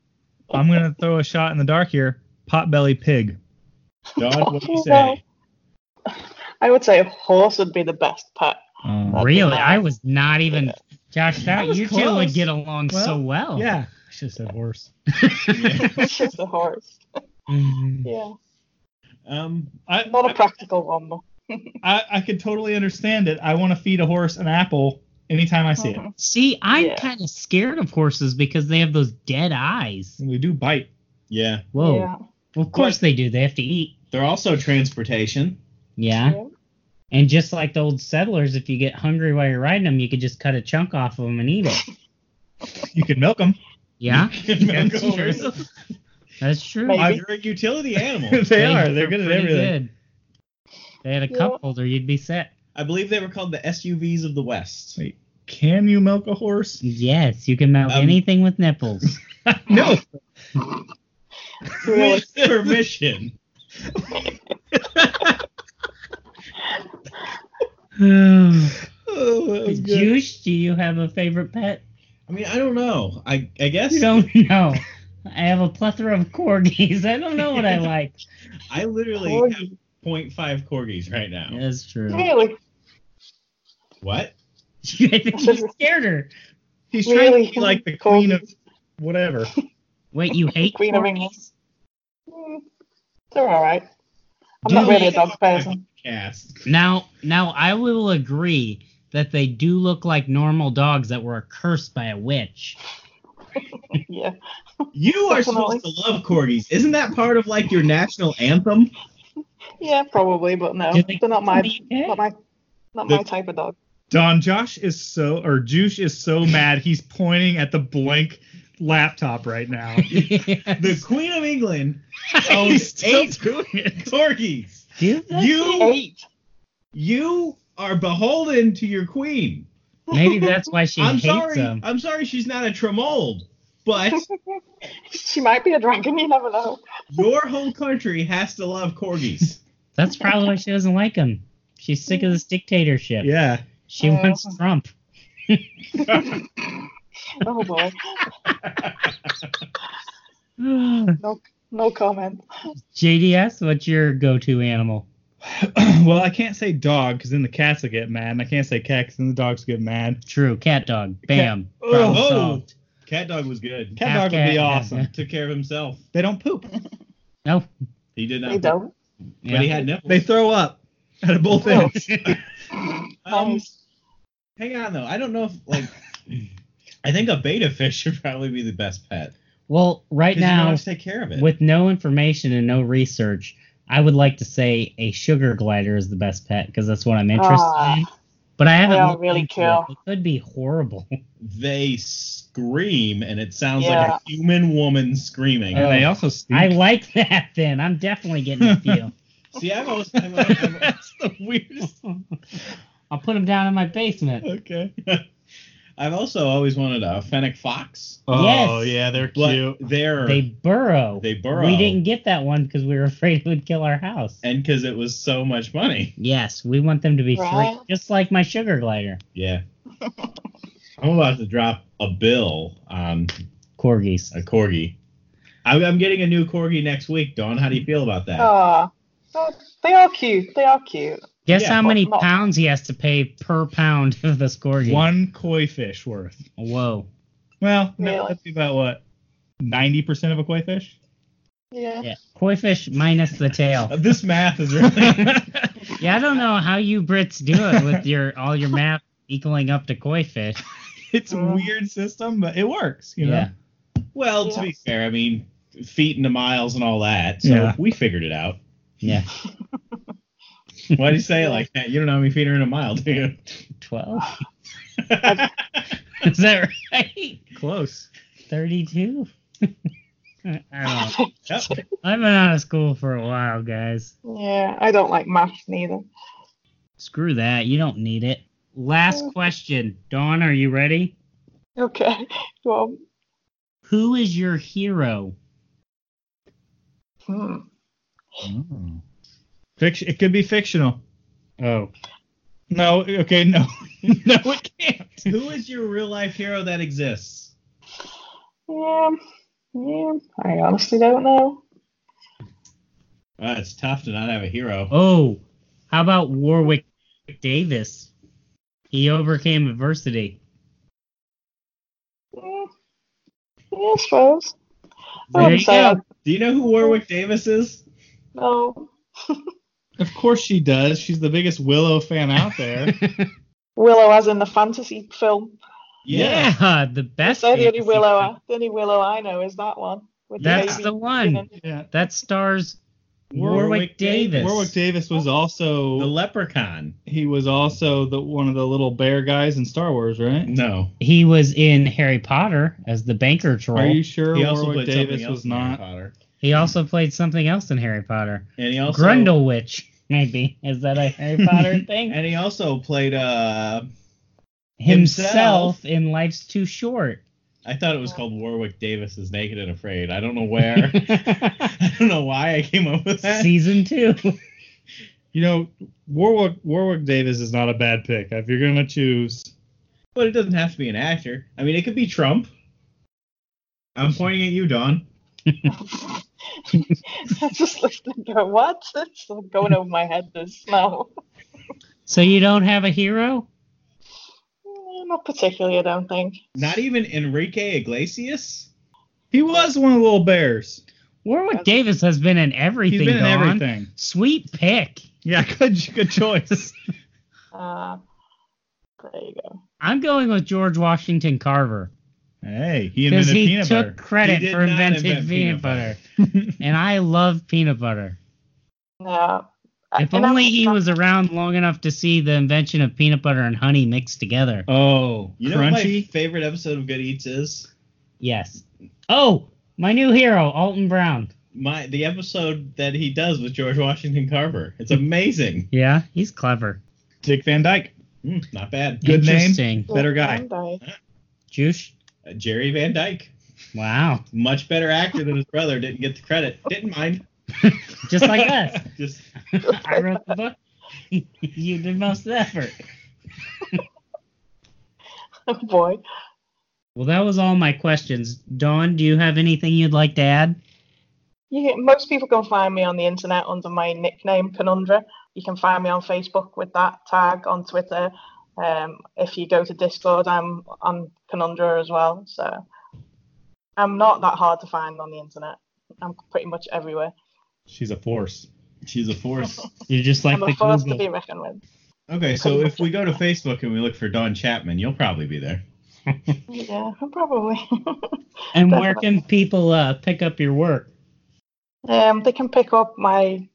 S7: I'm gonna throw a shot in the dark here. Potbelly pig.
S6: Dawn, what do you say?
S5: I would say a horse would be the best pet.
S7: Uh,
S3: Really? I was not even. Josh,
S6: That
S3: that
S6: was
S3: you two
S6: close.
S3: would get along so well.
S7: yeah, I should have said horse.
S5: It's just a horse.
S3: Mm-hmm.
S5: Yeah.
S6: Um,
S7: I,
S5: Not a practical one though.
S7: I I could totally understand it. I want to feed a horse an apple anytime I see
S3: Uh-huh.
S7: it.
S3: See, I'm
S5: Yeah.
S3: kind of scared of horses because they have those dead eyes.
S7: And we do bite.
S6: yeah.
S3: Whoa.
S5: Yeah.
S3: Well, of course they do. They have to eat.
S6: They're also transportation.
S3: Yeah.
S5: Yeah.
S3: And just like the old settlers, if you get hungry while you're riding them, you could just cut a chunk off of them and eat it.
S7: You could milk them.
S3: Yeah.
S6: Milk
S7: That's true.
S6: horses.
S3: That's true.
S5: Maybe.
S6: They're a utility animal.
S7: they are. They're good at
S3: pretty
S7: everything.
S3: good. If They had a
S5: Yeah.
S3: cup holder, you'd be set.
S6: I believe they were called the SUVs of the West.
S7: Wait, can you milk a horse?
S3: Yes, you can mount
S6: Um,
S3: anything with nipples.
S7: no.
S5: Really.
S6: With permission.
S7: Oh, that was good.
S3: Juice, do you have a favorite pet?
S6: I mean, I don't know. I I guess
S3: You don't know. I have a plethora of corgis. I don't know what I like.
S6: I literally
S5: Corgi.
S6: have 0.5 corgis right now.
S3: That's true.
S5: Really?
S6: What?
S3: I think you scared her.
S7: He's trying
S5: Really?
S7: to be like the queen of whatever.
S3: Wait, you hate
S5: Queen of England.
S3: corgis?
S5: Mm, They're all right. I'm not really a dog person.
S6: Cast.
S3: Now, now I will agree that they do look like normal dogs that were cursed by a witch.
S5: Yeah.
S6: You are
S5: Definitely.
S6: supposed to love corgis. Isn't that part of like your national anthem?
S5: Yeah, probably, but no.
S3: Do they-
S5: They're not my
S3: Yeah.
S5: not my not
S7: The-
S5: my type of dog.
S7: Don Josh is so or Juice is so mad he's pointing at the blank laptop right now.
S6: The Queen of England
S7: He's
S6: owns
S7: still
S6: eight corgis.
S3: Do they?
S6: You
S5: Eight.
S6: you are beholden to your queen.
S3: Maybe that's why she
S6: I'm
S3: hates
S6: sorry.
S3: them.
S6: I'm sorry she's not a tremold, but
S5: she might be a dragon, you never know.
S6: your whole country has to love corgis.
S3: That's probably why she doesn't like them. She's sick of this dictatorship.
S7: yeah.
S3: She
S5: Uh,
S3: wants Trump.
S5: Oh boy.
S3: JDS,
S5: No no comment.
S3: what's your go-to animal?
S7: well, I can't say dog because then the cats will get mad, and I can't say cat because then the dogs get mad.
S3: True, cat dog. Bam.
S7: Cat-
S3: Problem
S6: Oh.
S3: solved.
S6: Cat dog was good.
S7: Cat
S3: Half
S7: dog would be
S3: cat, half
S7: awesome.
S6: Took care of himself.
S7: They don't poop.
S3: No.
S6: He did not.
S5: They don't.
S6: But
S3: Yeah.
S6: he had nipples.
S7: They throw up out of both
S5: Oh.
S7: ends.
S6: Um,
S5: Nice.
S6: hang on though. I don't know if like. I think a beta fish should probably be the best pet.
S3: well, right
S6: 'Cause you don't
S3: now,
S6: have to take care of it.
S3: with no information and no research, I would like to say a sugar glider is the best pet because that's what I'm interested
S5: Ah.
S3: in. But I haven't.
S5: are
S3: looked
S5: really
S3: into it.
S5: cool.
S3: It could be horrible.
S6: They scream, and it sounds like
S5: Yeah. Oh.
S6: a human woman screaming.
S4: And they also speak.
S3: I like that. Then I'm definitely getting a few.
S6: See, I've always. I've, I've,
S4: That's the weirdest.
S3: I'll put them down in my basement.
S4: Okay.
S6: I've also always wanted a fennec fox.
S7: Oh
S3: Yes.
S7: yeah, they're
S6: But
S7: cute.
S6: they're
S3: They burrow.
S6: They burrow.
S3: We didn't get that one because we were afraid it would kill our house.
S6: and because it was so much money.
S3: Yes, we want them to be
S5: Right.
S3: free, just like my sugar glider
S6: Yeah. I'm about to drop a bill on
S3: corgis.
S6: a corgi. I'm, I'm getting a new corgi next week. Dawn, how do you feel about that?
S5: Ah, oh, they are cute. They are cute.
S3: Guess
S6: Yeah,
S3: how
S5: but
S3: many
S5: not-
S3: pounds he has to pay per pound of this corgi?
S7: One koi fish worth.
S3: Whoa.
S7: Well, no,
S5: Really?
S7: that'd be about what ninety percent of a koi fish.
S5: Yeah.
S3: Yeah. Koi fish minus the
S6: Uh,
S3: tail.
S7: This math is really.
S3: Yeah, I don't know how you Brits do it with your all your math equaling up to koi fish.
S7: it's a
S5: Oh.
S7: weird system, but it works. You know.
S3: Yeah.
S6: Well, to
S5: Yeah.
S6: be fair, I mean, feet into miles and all that. So
S7: Yeah.
S6: we figured it out.
S3: Yeah.
S6: Why do you say it like that? You don't know how many feet are in a mile, do you?
S3: Twelve. Is that right?
S7: Close.
S3: Thirty-two. I don't know.
S6: Yep.
S3: I've been out of school for a while, guys.
S5: Yeah, I don't like maths neither.
S3: Screw that. You don't need it.
S7: Oh.
S3: Last question. Dawn, are you ready?
S5: Okay. Well,
S3: Who is your hero?
S5: hmm.
S7: Fiction. It could be fictional.
S3: Oh.
S7: No. Okay. No. no, it can't.
S6: Who is your real life hero that exists?
S5: Yeah. Yeah. I honestly don't know.
S6: Uh, it's tough to not have a hero.
S3: Oh, how about Warwick Davis? He overcame adversity.
S5: Yeah, Hmm. yeah I suppose. I
S3: There
S5: wouldn't
S3: you
S5: say
S3: go.
S5: I
S6: Do you know who Warwick Davis is?
S5: know.
S7: Of course she does. She's the biggest Willow fan out there.
S5: Willow as in the fantasy film.
S3: Yeah, the best.
S5: So the only
S3: fantasy
S5: Willow,
S3: film.
S5: I, the only Willow I know is that one. With
S3: That's
S5: baby
S3: the one.
S5: grinning.
S7: yeah.
S3: That stars Warwick,
S6: Warwick
S3: Davis.
S6: Davis.
S7: Warwick Davis was also
S6: The leprechaun.
S7: he was also the one of the little bear guys in Star Wars, right?
S6: No.
S3: He was in Harry Potter as the banker troll.
S7: Are you sure
S6: He also
S7: Warwick
S6: played something
S7: Davis
S6: else
S7: was
S6: in Harry
S7: not?
S6: Potter.
S3: He also played something else in Harry Potter.
S6: And he also
S3: Grundle Witch, maybe. Is that a Harry Potter thing?
S6: And he also played uh
S3: Himself,
S6: himself.
S3: in Life's Too Short.
S6: I thought it was called Warwick Davis is Naked and Afraid. I don't know where. I don't know why I came up with that.
S3: Season two.
S7: You know, Warwick Warwick Davis is not a bad pick. If you're gonna choose,
S6: But it doesn't have to be an actor. I mean, it could be Trump. I'm pointing at you, Don.
S5: I'm just listening to what? It's going over my head just now.
S3: So you don't have a hero?
S5: Mm, Not particularly, I don't think.
S6: Not even Enrique Iglesias.
S7: he was one of the little bears.
S3: Warwick
S5: That's-
S3: Davis has been in everything.
S7: He's been in
S3: Dawn.
S7: everything.
S3: Sweet pick.
S7: Yeah, good good choice.
S5: Uh, there you go.
S3: I'm going with George Washington Carver
S7: hey, he
S3: because
S7: invented
S3: he
S7: peanut
S3: took
S7: butter.
S3: credit
S6: He did
S3: for
S6: not
S3: inventing
S6: invent
S3: peanut,
S6: peanut
S3: butter,
S6: butter.
S3: and I love peanut butter.
S5: No.
S3: If
S5: Uh, And I'm
S3: only he
S5: not-
S3: was around long enough to see the invention of peanut butter and honey mixed together.
S7: Oh,
S6: You know what my
S7: crunchy.
S6: favorite episode of Good Eats is?
S3: Yes. Oh, my new hero, Alton Brown.
S6: My the episode that he does with George Washington Carver. It's amazing.
S3: Yeah, he's clever.
S7: Dick Van Dyke,
S6: Mm, not bad.
S7: Good name.
S3: Interesting.
S7: better guy.
S5: And I-
S3: Juice.
S6: Uh, Jerry Van Dyke.
S3: Wow.
S6: Much better actor than his brother. Didn't get the credit. Didn't mind.
S3: Just like us.
S6: Just
S3: I wrote the book. you did most of the effort.
S5: Oh boy.
S3: Well, that was all my questions. Dawn, do you have anything you'd like to add?
S5: You, most people can find me on the internet under my nickname Penundra. You can find me on Facebook with that tag, on Twitter. Um, if you go to Discord, I'm on Penundra as well. So I'm not that hard to find on the internet. I'm pretty much everywhere.
S7: she's a force.
S6: she's a force.
S3: You're just like
S5: I'm
S3: the
S5: a force to
S3: Google.
S5: be reckoned with.
S6: Okay, so if we go to Facebook and we look for Don Chapman, you'll probably be there.
S5: Yeah, probably.
S3: and where can people uh, pick up your work?
S5: um, they can pick up my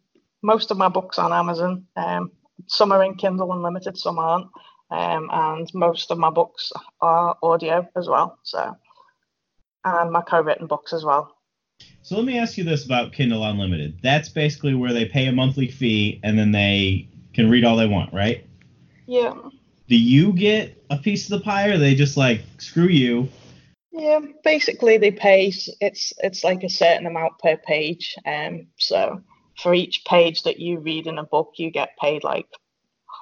S5: most of my books on Amazon. Um, some are in Kindle Unlimited, some aren't. um, and most of my books are audio as well. So, and my co-written books as well.
S6: So let me ask you this about Kindle Unlimited. That's basically where they pay a monthly fee and then they can read all they want, right?
S5: Yeah,
S6: Do you get a piece of the pie or are they just like, screw you?
S5: yeah. Basically, they pay. It's it's like a certain amount per page. Um, so for each page that you read in a book, you get paid like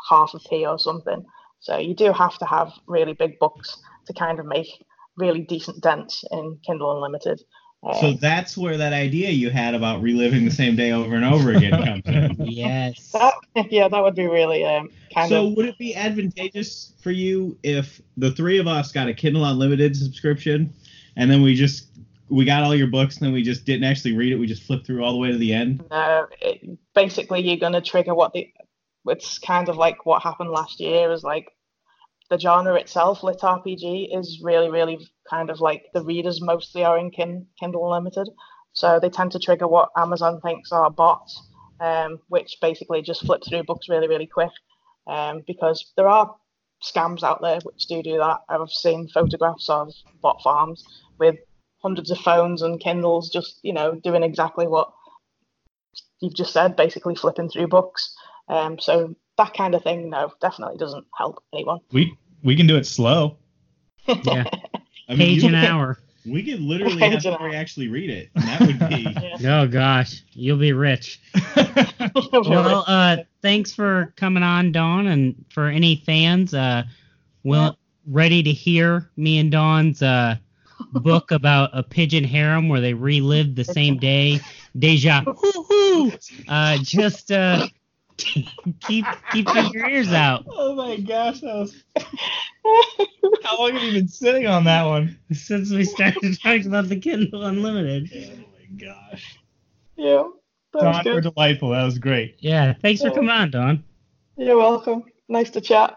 S5: half a p or something. So you do have to have really big books to kind of make really decent dents in Kindle Unlimited. Um,
S6: So that's where that idea you had about reliving the same day over and over again comes in.
S3: Yes.
S5: That, yeah, that would be really um, kind
S6: So
S5: of.
S6: would it be advantageous for you if the three of us got a Kindle Unlimited subscription and then we just we got all your books and then we just didn't actually read it, we just flipped through all the way to the end?
S5: No, it, basically, you're going to trigger what the. It's kind of like what happened last year is like the genre itself, lit RPG, is really, really kind of like the readers mostly are in kin, Kindle Limited. So they tend to trigger what Amazon thinks are bots, um, which basically just flip through books really, really quick. Um, because there are scams out there which do do that. I've seen photographs of bot farms with hundreds of phones and Kindles just, you know, doing exactly what you've just said, basically flipping through books. Um, so that kind of thing, no, definitely doesn't help anyone.
S7: We we can do it slow.
S3: Yeah.
S6: I
S3: Page
S6: you-
S3: an hour.
S6: we could literally
S5: Page
S6: have
S5: an
S6: Corey
S5: hour.
S6: actually read it. And that would be
S3: Oh gosh, you'll be rich. Well, uh, thanks for coming on, Dawn, and for any fans, uh, well, ready to hear me and Dawn's uh, book about a pigeon harem where they relived the same day, deja vu. Uh, just uh, keep keep your ears out.
S7: Oh my gosh, that was how long have you been sitting on that one?
S3: Since we started talking about the Kindle Unlimited,
S7: Oh my gosh.
S5: yeah, that was
S7: Don, you're
S5: good.
S7: delightful. That was great.
S3: yeah. Thanks for coming on, Dawn.
S5: You're welcome. Nice to chat.